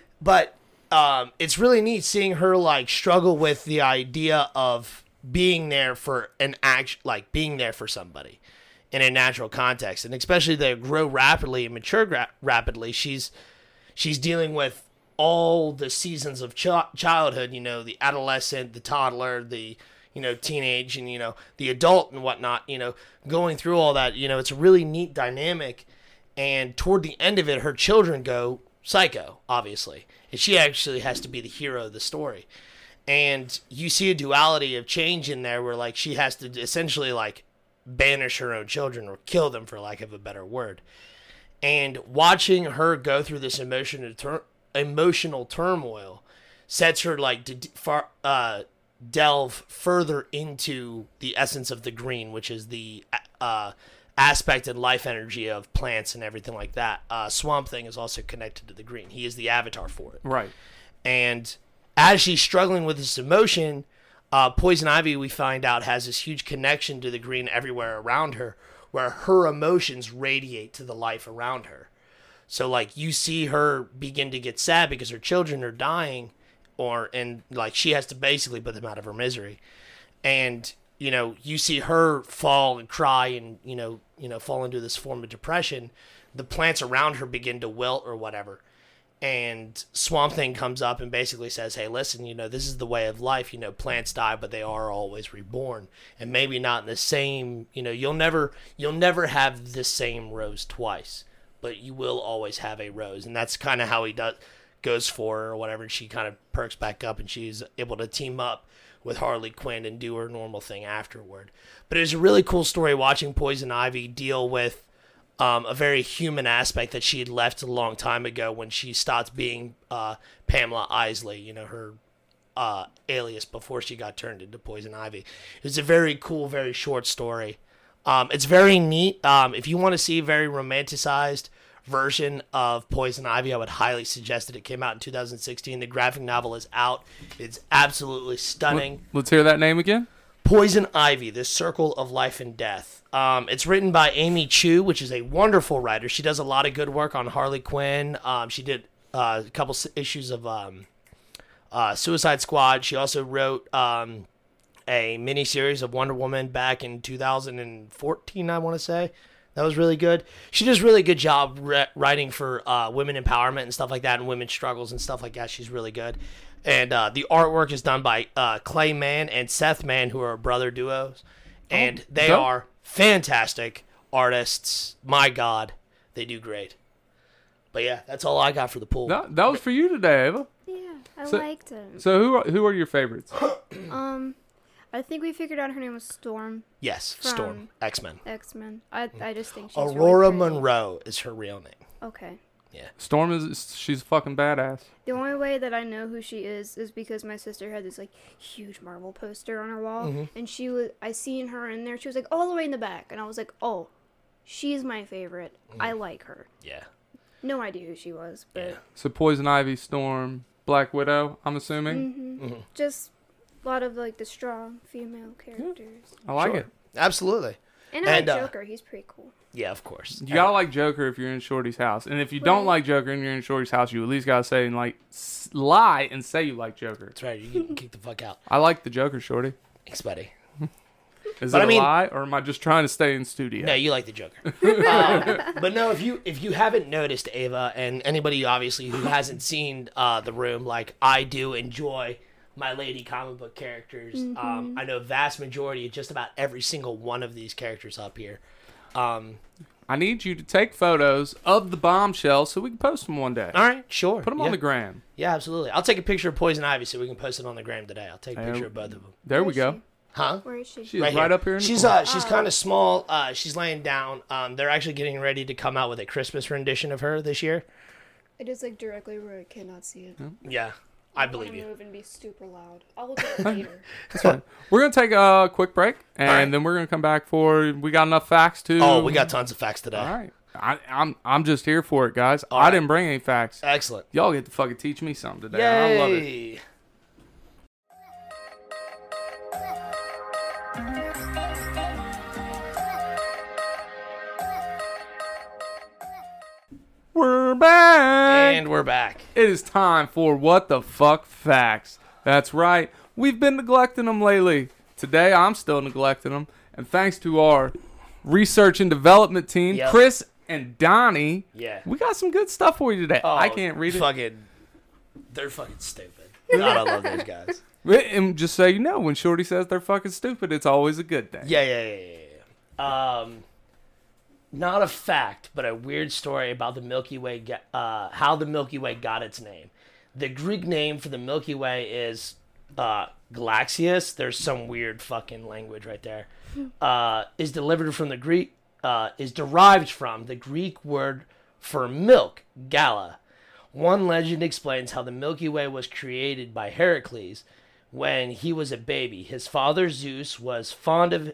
Speaker 2: but um, it's really neat seeing her like struggle with the idea of being there for an act, like being there for somebody in a natural context, and especially they grow rapidly and mature gra- rapidly. She's she's dealing with all the seasons of chi- childhood. You know, the adolescent, the toddler, the you know teenage, and you know the adult and whatnot. You know, going through all that. You know, it's a really neat dynamic and toward the end of it her children go psycho obviously and she actually has to be the hero of the story and you see a duality of change in there where like she has to essentially like banish her own children or kill them for lack of a better word and watching her go through this emotional tur- emotional turmoil sets her like to d- far, uh, delve further into the essence of the green, which is the uh, aspect and life energy of plants and everything like that. Uh, Swamp Thing is also connected to the green. He is the avatar for it.
Speaker 1: Right.
Speaker 2: And as she's struggling with this emotion, uh, Poison Ivy, we find out, has this huge connection to the green everywhere around her, where her emotions radiate to the life around her. So, like, you see her begin to get sad because her children are dying, or, and like, she has to basically put them out of her misery. And, you know, you see her fall and cry and, you know, you know, fall into this form of depression. The plants around her begin to wilt or whatever and Swamp Thing comes up and basically says, "Hey, listen, you know this is the way of life. You know plants die, but they are always reborn, and maybe not in the same. You know you'll never you'll never have the same rose twice, but you will always have a rose, and that's kind of how he does goes for her or whatever. And she kind of perks back up, and she's able to team up." With Harley Quinn and do her normal thing afterward, but it was a really cool story watching Poison Ivy deal with um, a very human aspect that she had left a long time ago when she stopped being uh, Pamela Isley, you know, her uh, alias before she got turned into Poison Ivy. It's a very cool, very short story. Um, it's very neat. Um, if you want to see a very romanticized version of Poison Ivy, I would highly suggest it. It came out in 2016. The graphic novel is out. It's absolutely stunning.
Speaker 1: Let's hear that name again.
Speaker 2: Poison Ivy, The Circle of Life and Death. Um, it's written by Amy Chu, which is a wonderful writer. She does a lot of good work on Harley Quinn. Um, she did uh, a couple s- issues of um, uh, Suicide Squad. She also wrote um, a miniseries of Wonder Woman back in 2014, I want to say. That was really good. She does really good job re- writing for uh, women empowerment and stuff like that, and women's struggles and stuff like that. She's really good. And uh, the artwork is done by uh, Clay Mann and Seth Mann, who are brother duos, and they
Speaker 1: dope.
Speaker 2: are fantastic artists. My God, they do great. But yeah, that's all I got for the pool.
Speaker 1: That, that was for you today, Eva.
Speaker 3: Yeah, I
Speaker 1: So-
Speaker 3: liked it.
Speaker 1: So who are, who are your favorites?
Speaker 3: Um, I think we figured out her name was Storm
Speaker 2: yes,
Speaker 3: From-
Speaker 2: Storm X Men.
Speaker 3: X Men. I I just think she's really
Speaker 2: Mm. Aurora
Speaker 3: pretty.
Speaker 2: Monroe is her real name.
Speaker 3: Okay.
Speaker 1: Storm is she's a fucking badass.
Speaker 3: The only way that I know who she is is because my sister had this like huge Marvel poster on her wall,
Speaker 2: Mm-hmm.
Speaker 3: and she was I seen her in there. She was like all the way in the back, and I was like, oh, she's my favorite. I like her.
Speaker 2: Yeah.
Speaker 3: No idea who she was, but
Speaker 2: Mm-hmm. Yeah.
Speaker 1: So Poison Ivy, Storm, Black Widow. I'm assuming.
Speaker 3: just a lot of like the strong female characters.
Speaker 1: I like
Speaker 2: Sure.
Speaker 1: it.
Speaker 2: Absolutely.
Speaker 3: And I
Speaker 2: And,
Speaker 3: like
Speaker 2: uh,
Speaker 3: Joker. He's pretty cool.
Speaker 2: Yeah, of course.
Speaker 1: You gotta like Joker if you're in Shorty's house, and if you don't like Joker and you're in Shorty's house, you at least gotta say and like s- lie and say you like Joker.
Speaker 2: That's right. You can kick the fuck out.
Speaker 1: I like the Joker, Shorty.
Speaker 2: Thanks, buddy.
Speaker 1: Is
Speaker 2: But
Speaker 1: it
Speaker 2: I mean-
Speaker 1: a lie, or am I just trying to stay in studio?
Speaker 2: No, you like the Joker. Um, but no, if you if you haven't noticed Ava and anybody obviously who hasn't seen uh, the room, like I do enjoy my lady comic book characters.
Speaker 3: Mm-hmm.
Speaker 2: Um, I know vast majority, just about every single one of these characters up here. Um,
Speaker 1: I need you to take photos of the bombshell so we can post them one day.
Speaker 2: all right, sure.
Speaker 1: Put them
Speaker 2: yeah.
Speaker 1: on the gram.
Speaker 2: Yeah, absolutely. I'll take a picture of Poison Ivy so we can post it on the gram today. I'll take a
Speaker 1: There-
Speaker 2: picture of both of them.
Speaker 1: There we
Speaker 3: Where is
Speaker 1: go.
Speaker 3: she?
Speaker 2: Huh?
Speaker 3: Where is she?
Speaker 1: She is right, up here. In
Speaker 2: she's
Speaker 1: the corner.
Speaker 2: uh, she's kind of small. Uh, she's laying down. Um, they're actually getting ready to come out with a Christmas rendition of her this year.
Speaker 3: It is like directly where I cannot see it.
Speaker 2: Yeah, I believe you.
Speaker 3: Move and be super loud. I'll look at it later.
Speaker 1: We're gonna take a quick break, and
Speaker 2: right.
Speaker 1: then we're gonna come back for. We got enough facts to.
Speaker 2: Oh, we got tons of facts today.
Speaker 1: All right. I, I'm I'm just here for it, guys. I
Speaker 2: right.
Speaker 1: didn't bring any facts.
Speaker 2: Excellent.
Speaker 1: Y'all get to fucking teach me something today.
Speaker 2: Yay!
Speaker 1: and I love it. We're back.
Speaker 2: And we're back.
Speaker 1: It is time for What the Fuck Facts. That's right, we've been neglecting them lately. Today, I'm still neglecting them. And thanks to our research and development team,
Speaker 2: Yep.
Speaker 1: Chris and Donnie,
Speaker 2: Yeah. Oh,
Speaker 1: we got some good stuff for you today. I can't read it.
Speaker 2: Fucking, they're fucking stupid. God, I love those guys.
Speaker 1: And just so you know, when Shorty says they're fucking stupid, it's always a good thing.
Speaker 2: Yeah, yeah, yeah, yeah, yeah. Um, not a fact, but a weird story about the Milky Way. ga- Uh, how the Milky Way got its name. The Greek name for the Milky Way is uh, Galaxius. There's some weird fucking language right there. Uh, is delivered from the Greek. Uh, is derived from the Greek word for milk, gala. One legend explains how the Milky Way was created by Heracles when he was a baby. His father Zeus was fond of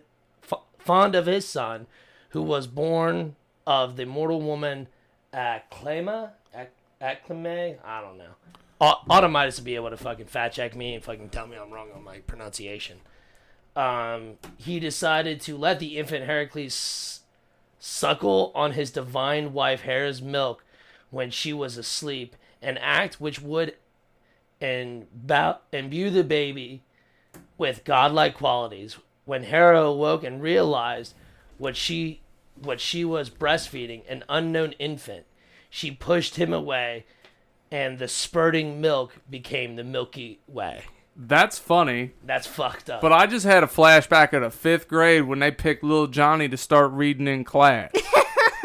Speaker 2: f- fond of his son, who was born of the mortal woman Aclema. Ac- Aclame? I don't know. Au- Automitis would be able to fucking fact check me and fucking tell me I'm wrong on my pronunciation. Um, he decided to let the infant Heracles s- suckle on his divine wife Hera's milk when she was asleep, an act which would and bow, imbue the baby with godlike qualities. When Hera awoke and realized what she what she was breastfeeding, an unknown infant, she pushed him away and the spurting milk became the Milky Way.
Speaker 1: That's funny.
Speaker 2: That's fucked up.
Speaker 1: But I just had a flashback of the fifth grade when they picked little Johnny to start reading in class.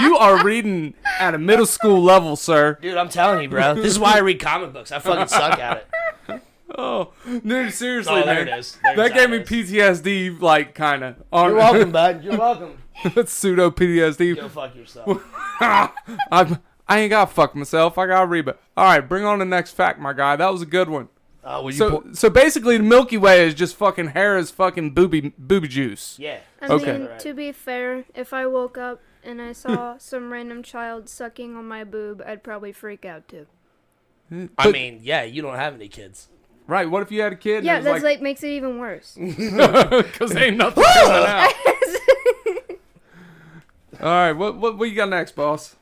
Speaker 1: you are reading at a middle school level, sir.
Speaker 2: Dude, I'm telling you, bro. This is why I read comic books. I fucking suck at it.
Speaker 1: Oh, no, seriously,
Speaker 2: Oh, there
Speaker 1: man.
Speaker 2: it is. There's
Speaker 1: That gave me
Speaker 2: it is.
Speaker 1: PTSD, like kind of.
Speaker 2: You're welcome, bud. You're welcome.
Speaker 1: pseudo
Speaker 2: Go
Speaker 1: PTSD.
Speaker 2: fuck yourself.
Speaker 1: I'm, I ain't got to fuck myself. I got Reba. All right, bring on the next fact, my guy. That was a good one.
Speaker 2: Uh, will you
Speaker 1: So,
Speaker 2: pour-
Speaker 1: so basically, the Milky Way is just fucking Hera's fucking booby booby juice.
Speaker 2: yeah.
Speaker 3: I
Speaker 1: Okay.
Speaker 3: mean, to be fair, if I woke up and I saw some random child sucking on my boob, I'd probably freak out too.
Speaker 2: I
Speaker 1: But-
Speaker 2: mean, yeah, you don't have any kids.
Speaker 1: Right? What if you had a kid?
Speaker 3: Yeah,
Speaker 1: and it
Speaker 3: that's
Speaker 1: was
Speaker 3: like makes it even worse.
Speaker 1: Because ain't nothing coming out. All right, what, what what you got next, boss?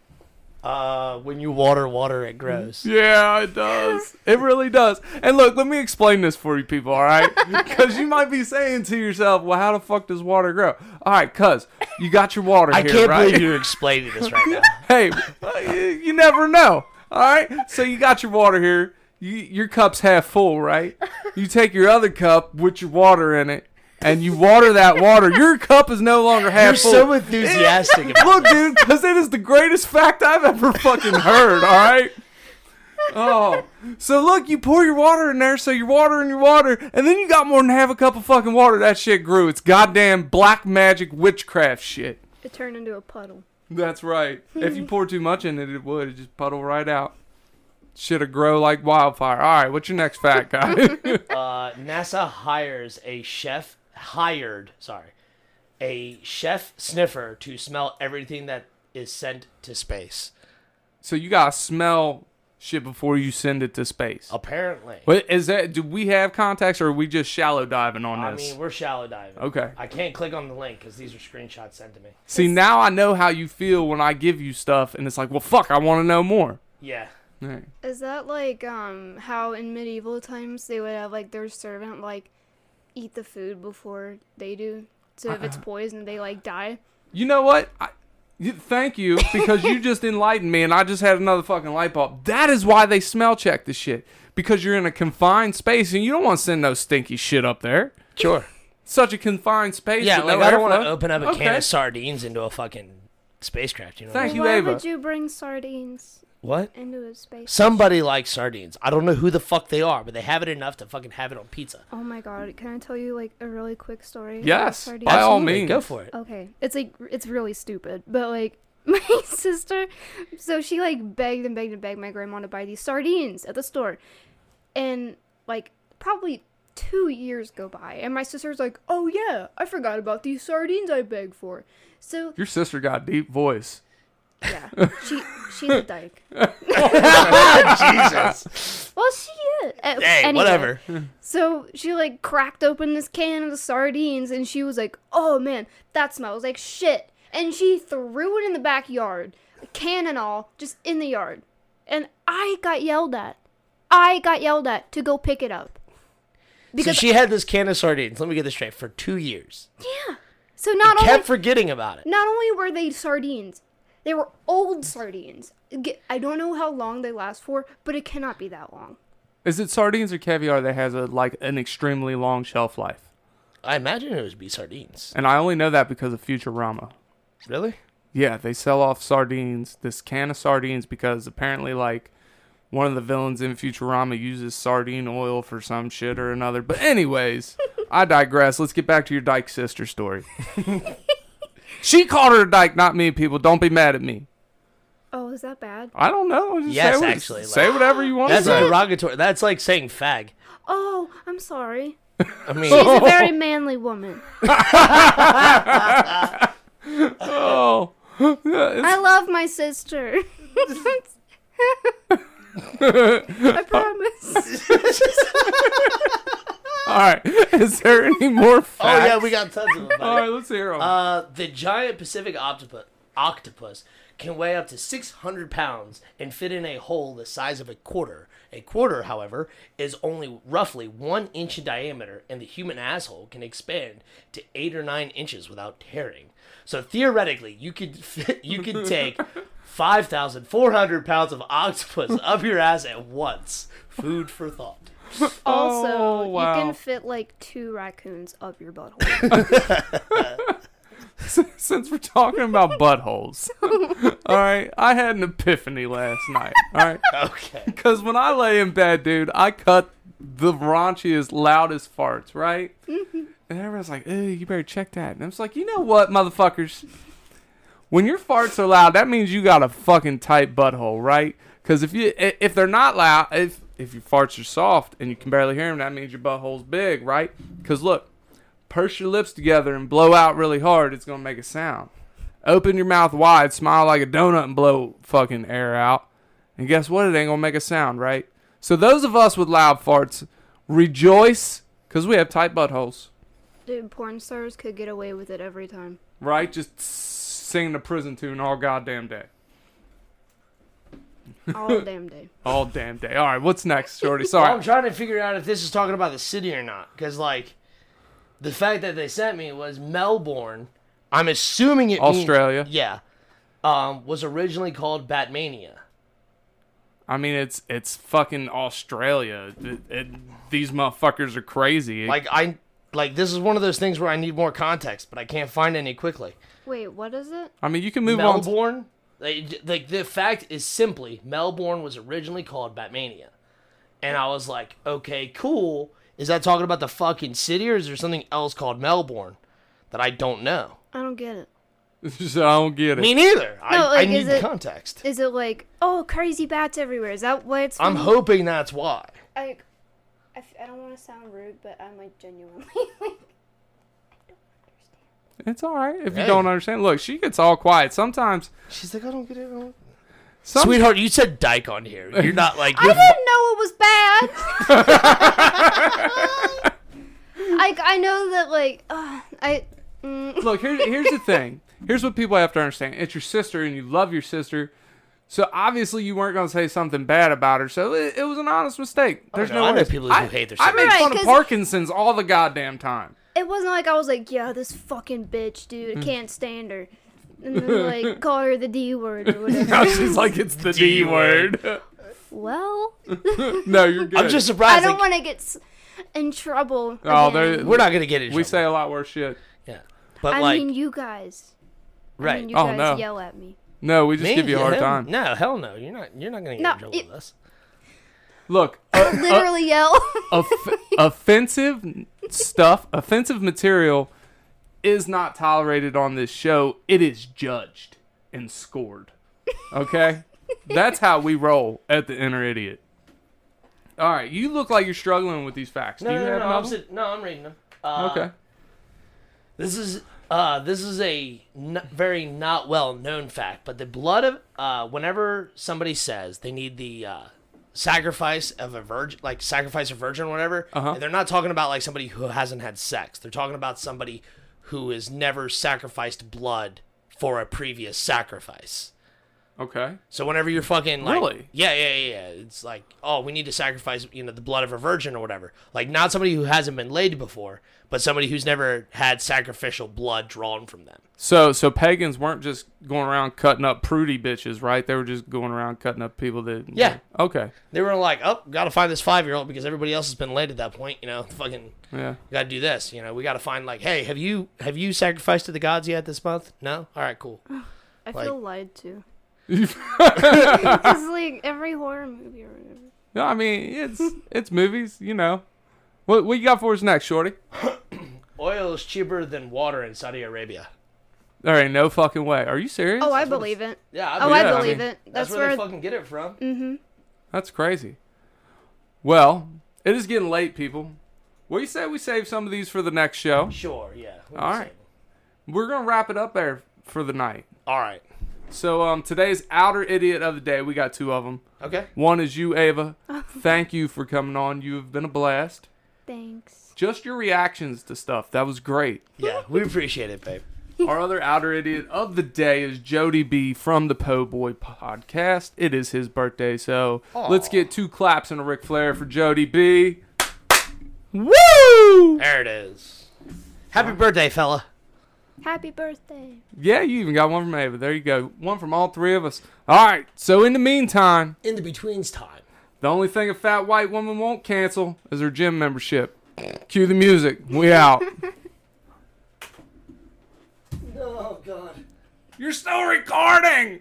Speaker 2: Uh, when you water water, it grows.
Speaker 1: Yeah, it does. It really does. And look, let me explain this for you people, all right? Because you might be saying to yourself, well, how the fuck does water grow? All right, cuz, you got your water
Speaker 2: I
Speaker 1: here,
Speaker 2: can't
Speaker 1: right?
Speaker 2: believe you're explaining this right now.
Speaker 1: hey, you- you never know. All right, so you got your water here. You, your cup's half full, right? You take your other cup with your water in it, and you water that water. Your cup is no longer half full.
Speaker 2: You're so enthusiastic about
Speaker 1: Look, dude, because it is the greatest fact I've ever fucking heard. All right. Oh, so look, you pour your water in there, so you're watering your water, and then you got more than half a cup of fucking water. That shit grew. It's goddamn black magic witchcraft shit.
Speaker 3: it turned into a puddle.
Speaker 1: That's right. if you pour too much in it, it would. It just puddle right out. Shit'll grow like wildfire. All right, what's your next fact, guy?
Speaker 2: Uh, NASA hires a chef, hired, sorry, a chef sniffer to smell everything that is sent to space.
Speaker 1: so you gotta smell shit before you send it to space.
Speaker 2: Apparently.
Speaker 1: What is that? Do we have contacts, or are we just shallow diving on
Speaker 2: I
Speaker 1: this?
Speaker 2: mean, we're shallow diving.
Speaker 1: Okay.
Speaker 2: I can't click on the link because these are screenshots sent to me.
Speaker 1: See, now I know how you feel when I give you stuff, and it's like, well, fuck, I want to know more.
Speaker 2: Yeah.
Speaker 1: Right.
Speaker 3: Is that like um how in medieval times they would have like their servant like eat the food before they do? So if it's
Speaker 1: Uh-uh.
Speaker 3: poisoned, they like die.
Speaker 1: You know what? I, you, thank you because you just enlightened me, and I just had another fucking light bulb. That is why they smell check this shit because you're in a confined space and you don't want to send no stinky shit up there.
Speaker 2: Sure.
Speaker 1: Such a confined space.
Speaker 2: Yeah,
Speaker 1: with
Speaker 2: like
Speaker 1: no
Speaker 2: I don't want
Speaker 1: airflow.
Speaker 2: to open up a
Speaker 1: okay.
Speaker 2: can of sardines into a fucking spacecraft. You know what? I
Speaker 1: Thank
Speaker 2: mean?
Speaker 1: you,
Speaker 3: Why
Speaker 1: Ava.
Speaker 3: would you bring sardines
Speaker 2: What?
Speaker 3: into a space?
Speaker 2: Somebody likes sardines. I don't know who the fuck they are, but they have it enough to fucking have it on pizza.
Speaker 3: oh my god! Can I tell you like a really quick story? about
Speaker 1: Yes,
Speaker 3: sardines?
Speaker 1: by all
Speaker 2: Absolutely,
Speaker 1: means.
Speaker 2: go for it.
Speaker 3: Okay. It's like it's really stupid, but like my sister, so she like begged and begged and begged my grandma to buy these sardines at the store, and like probably two years go by, and my sister's like, "Oh yeah, I forgot about these sardines I begged for." So
Speaker 1: Your sister got a deep voice.
Speaker 3: yeah, she she's a dyke.
Speaker 2: Jesus.
Speaker 3: Well, she is. Uh,
Speaker 2: Hey,
Speaker 3: anyway.
Speaker 2: whatever.
Speaker 3: So she like cracked open this can of the sardines and she was like, "Oh man, that smells like shit." And she threw it in the backyard, can and all, just in the yard. And I got yelled at. I got yelled at to go pick it up.
Speaker 2: So
Speaker 3: Because
Speaker 2: she had this can of sardines. Let me get this straight. For two years,
Speaker 3: so not only
Speaker 2: kept forgetting about it.
Speaker 3: not only were they sardines, they were old sardines. G- I don't know how long they last for, but it cannot be that long.
Speaker 1: Is it sardines or caviar that has a like an extremely long shelf life?
Speaker 2: I imagine it would be sardines.
Speaker 1: And I only know that because of Futurama.
Speaker 2: Really?
Speaker 1: Yeah, they sell off sardines, this can of sardines, because apparently, like, one of the villains in Futurama uses sardine oil for some shit or another. But, anyways, I digress. Let's get back to your Dyke sister story. she called her a Dyke, not me, people. Don't be mad at me.
Speaker 3: Oh, is that bad?
Speaker 1: I don't know. Just
Speaker 2: Yes,
Speaker 1: say what-
Speaker 2: actually, like-
Speaker 1: say whatever you want to
Speaker 2: That's
Speaker 1: say.
Speaker 2: derogatory. That's like saying fag.
Speaker 3: Oh, I'm sorry.
Speaker 2: I mean,
Speaker 3: She's a very manly woman.
Speaker 1: Oh.
Speaker 3: I love my sister. I promise.
Speaker 1: All right. Is there any more
Speaker 2: oh
Speaker 1: facts?
Speaker 2: yeah, we got tons of them.
Speaker 1: All right,
Speaker 2: buddy.
Speaker 1: let's hear 'em.
Speaker 2: Uh, the giant Pacific octopus octopus can weigh up to 600 pounds and fit in a hole the size of a quarter. A quarter, however, is only roughly one inch in diameter, and the human asshole can expand to eight or nine inches without tearing. So theoretically, you could fit, you could take 5,400 pounds of octopus up your ass at once. Food for thought.
Speaker 3: Also,
Speaker 1: Oh,
Speaker 3: you
Speaker 1: wow.
Speaker 3: can fit like two raccoons up your butthole.
Speaker 1: Since we're talking about buttholes, all right, I had an epiphany last night, all right?
Speaker 2: Okay.
Speaker 1: Because when I lay in bed, dude, I cut the raunchiest, loudest farts, right? and everyone's like, ew, you better check that. And I'm just like, you know what, motherfuckers? When your farts are loud, that means you got a fucking tight butthole, right? Because if you i- if they're not loud, if if your farts are soft and you can barely hear them, that means your butthole's big, right? Because look, purse your lips together and blow out really hard, it's gonna make a sound. Open your mouth wide, smile like a donut, and blow fucking air out. And guess what? It ain't gonna make a sound, right? So those of us with loud farts, rejoice because we have tight buttholes,
Speaker 3: Dude, porn stars could get away with it every time.
Speaker 1: right? Just singing the prison tune all goddamn day,
Speaker 3: All damn day.
Speaker 1: all damn day. All right, what's next, Shorty?
Speaker 2: Well, I'm
Speaker 1: Sorry.
Speaker 2: trying to figure out if this is talking about the city or not, because like, the fact that they sent me was Melbourne. I'm assuming it means-
Speaker 1: Australia.
Speaker 2: yeah, um, was originally called Batmania.
Speaker 1: I mean, it's it's fucking Australia. It- it- these motherfuckers are crazy.
Speaker 2: Like I, like this is one of those things where I need more context, but I can't find any quickly.
Speaker 3: Wait, what is it?
Speaker 1: I mean, you can move on. to-
Speaker 2: Melbourne, like, like the fact is simply Melbourne was originally called Batmania, and I was like, okay, cool. Is that talking about the fucking city, or is there something else called Melbourne that I don't know?
Speaker 3: I don't get it.
Speaker 1: so I don't get it.
Speaker 2: Me neither. I,
Speaker 3: No,
Speaker 2: I
Speaker 3: like,
Speaker 2: need
Speaker 3: is it-
Speaker 2: context.
Speaker 3: Is it like, oh, crazy bats everywhere? Is that what it's?
Speaker 2: I'm
Speaker 3: from?
Speaker 2: hoping that's why.
Speaker 3: I, I, f- I don't want to sound rude, but I'm like genuinely like.
Speaker 1: It's all right if you
Speaker 2: Hey.
Speaker 1: don't understand. Look, she gets all quiet sometimes.
Speaker 2: She's like, I don't get it. I don't-
Speaker 1: some-
Speaker 2: Sweetheart, you said dyke on here. You're not like.
Speaker 3: I didn't know it was bad. I, I know that like uh, I mm,
Speaker 1: Look, here, here's the thing. Here's what people have to understand. It's your sister, and you love your sister. So obviously, you weren't going to say something bad about her. So it, it was an honest mistake. There's
Speaker 2: no,
Speaker 1: no.
Speaker 2: I know
Speaker 1: worries.
Speaker 2: people who
Speaker 1: I-
Speaker 2: hate their
Speaker 1: I make
Speaker 3: sister.
Speaker 1: fun
Speaker 3: Right,
Speaker 1: of
Speaker 3: 'cause-
Speaker 1: Parkinson's all the goddamn time.
Speaker 3: it wasn't like I was like yeah this fucking bitch dude
Speaker 1: Mm.
Speaker 3: I can't stand her and then like call her the D word or whatever.
Speaker 1: Now she's like, it's the D
Speaker 2: D-word.
Speaker 1: word.
Speaker 3: well,
Speaker 1: no, you're good.
Speaker 2: I'm just
Speaker 3: I
Speaker 2: surprised.
Speaker 3: don't
Speaker 2: like,
Speaker 3: want to get s- in trouble.
Speaker 1: Oh,
Speaker 3: again.
Speaker 1: there-
Speaker 2: we're not gonna get it.
Speaker 1: We say a lot worse shit.
Speaker 2: yeah, but
Speaker 3: I
Speaker 2: like,
Speaker 3: mean you guys.
Speaker 2: right?
Speaker 3: I mean, you
Speaker 1: Oh,
Speaker 3: guys
Speaker 1: no.
Speaker 3: yell at me.
Speaker 1: No, we just
Speaker 2: Me?
Speaker 1: give you a
Speaker 2: Yeah,
Speaker 1: hard
Speaker 2: hell-
Speaker 1: time.
Speaker 2: No, hell no. You're not. You're not gonna get
Speaker 3: No,
Speaker 2: in trouble
Speaker 3: it-
Speaker 2: with us.
Speaker 1: Look,
Speaker 3: Literally yell.
Speaker 1: off- offensive stuff, offensive material is not tolerated on this show. It is judged and scored. Okay? That's how we roll at the inner idiot. All right, you look like you're struggling with these facts.
Speaker 2: No,
Speaker 1: Do you
Speaker 2: no,
Speaker 1: have
Speaker 2: no.
Speaker 1: another
Speaker 2: I'm,
Speaker 1: one?
Speaker 2: sit- no, I'm reading them. Uh,
Speaker 1: Okay.
Speaker 2: This is uh, this is a n- very not well known fact, but the blood of uh, whenever somebody says they need the uh, sacrifice of a virgin, like sacrifice a virgin, or whatever,
Speaker 1: Uh-huh.
Speaker 2: they're not talking about like somebody who hasn't had sex. They're talking about somebody who has never sacrificed blood for a previous sacrifice.
Speaker 1: Okay.
Speaker 2: So whenever you're fucking like,
Speaker 1: Really?
Speaker 2: yeah, yeah, yeah, yeah, it's like, oh, we need to sacrifice, you know, the blood of a virgin or whatever. Like not somebody who hasn't been laid before, but somebody who's never had sacrificial blood drawn from them.
Speaker 1: So so pagans weren't just going around cutting up prudy bitches, right? They were just going around cutting up people that
Speaker 2: Yeah.
Speaker 1: Okay.
Speaker 2: They were like, oh, gotta find this five year old because everybody else has been laid at that point. You know, fucking
Speaker 1: Yeah.
Speaker 2: gotta do this. You know, we gotta find like, hey, have you have you sacrificed to the gods yet this month? No, all right, cool.
Speaker 3: I
Speaker 2: Like-
Speaker 3: feel lied to. It's like every horror movie or whatever.
Speaker 1: No, I mean, it's it's movies, you know. What what you got for us next, shorty?
Speaker 2: Oil is cheaper than water in Saudi Arabia.
Speaker 1: There ain't no fucking way. Are you serious?
Speaker 3: Oh, I believe it.
Speaker 2: Yeah,
Speaker 3: Oh,
Speaker 1: Yeah, I
Speaker 3: I believe
Speaker 1: mean,
Speaker 3: it.
Speaker 2: that's,
Speaker 3: That's,
Speaker 2: where,
Speaker 3: where. Mm.
Speaker 2: they fucking get it from.
Speaker 1: That's crazy. Well, it is getting late, people. What do you say we save some of these for the next show?
Speaker 2: Sure, yeah. we can
Speaker 1: All
Speaker 2: say
Speaker 1: right.
Speaker 2: it.
Speaker 1: We're gonna wrap it up there for the night.
Speaker 2: all right,
Speaker 1: So, um, today's outer idiot of the day, we got two of them.
Speaker 2: okay.
Speaker 1: One is you, Ava. Thank you for coming on. You have been a blast.
Speaker 3: Thanks.
Speaker 1: Just your reactions to stuff. That was great.
Speaker 2: Yeah, we appreciate it, babe.
Speaker 1: Our other outer idiot of the day is Jody B from the Po Boy podcast. It is his birthday, so let's get two claps and a Ric Flair for Jody B. Woo!
Speaker 2: There it is. Happy birthday, fella.
Speaker 3: Happy birthday.
Speaker 1: Yeah, you even got one from Ava. There you go. One from all three of us. All right. So in the meantime,
Speaker 2: In the betweens time.
Speaker 1: the only thing a fat white woman won't cancel is her gym membership. Cue the music. We out.
Speaker 2: Oh, God.
Speaker 1: You're still recording.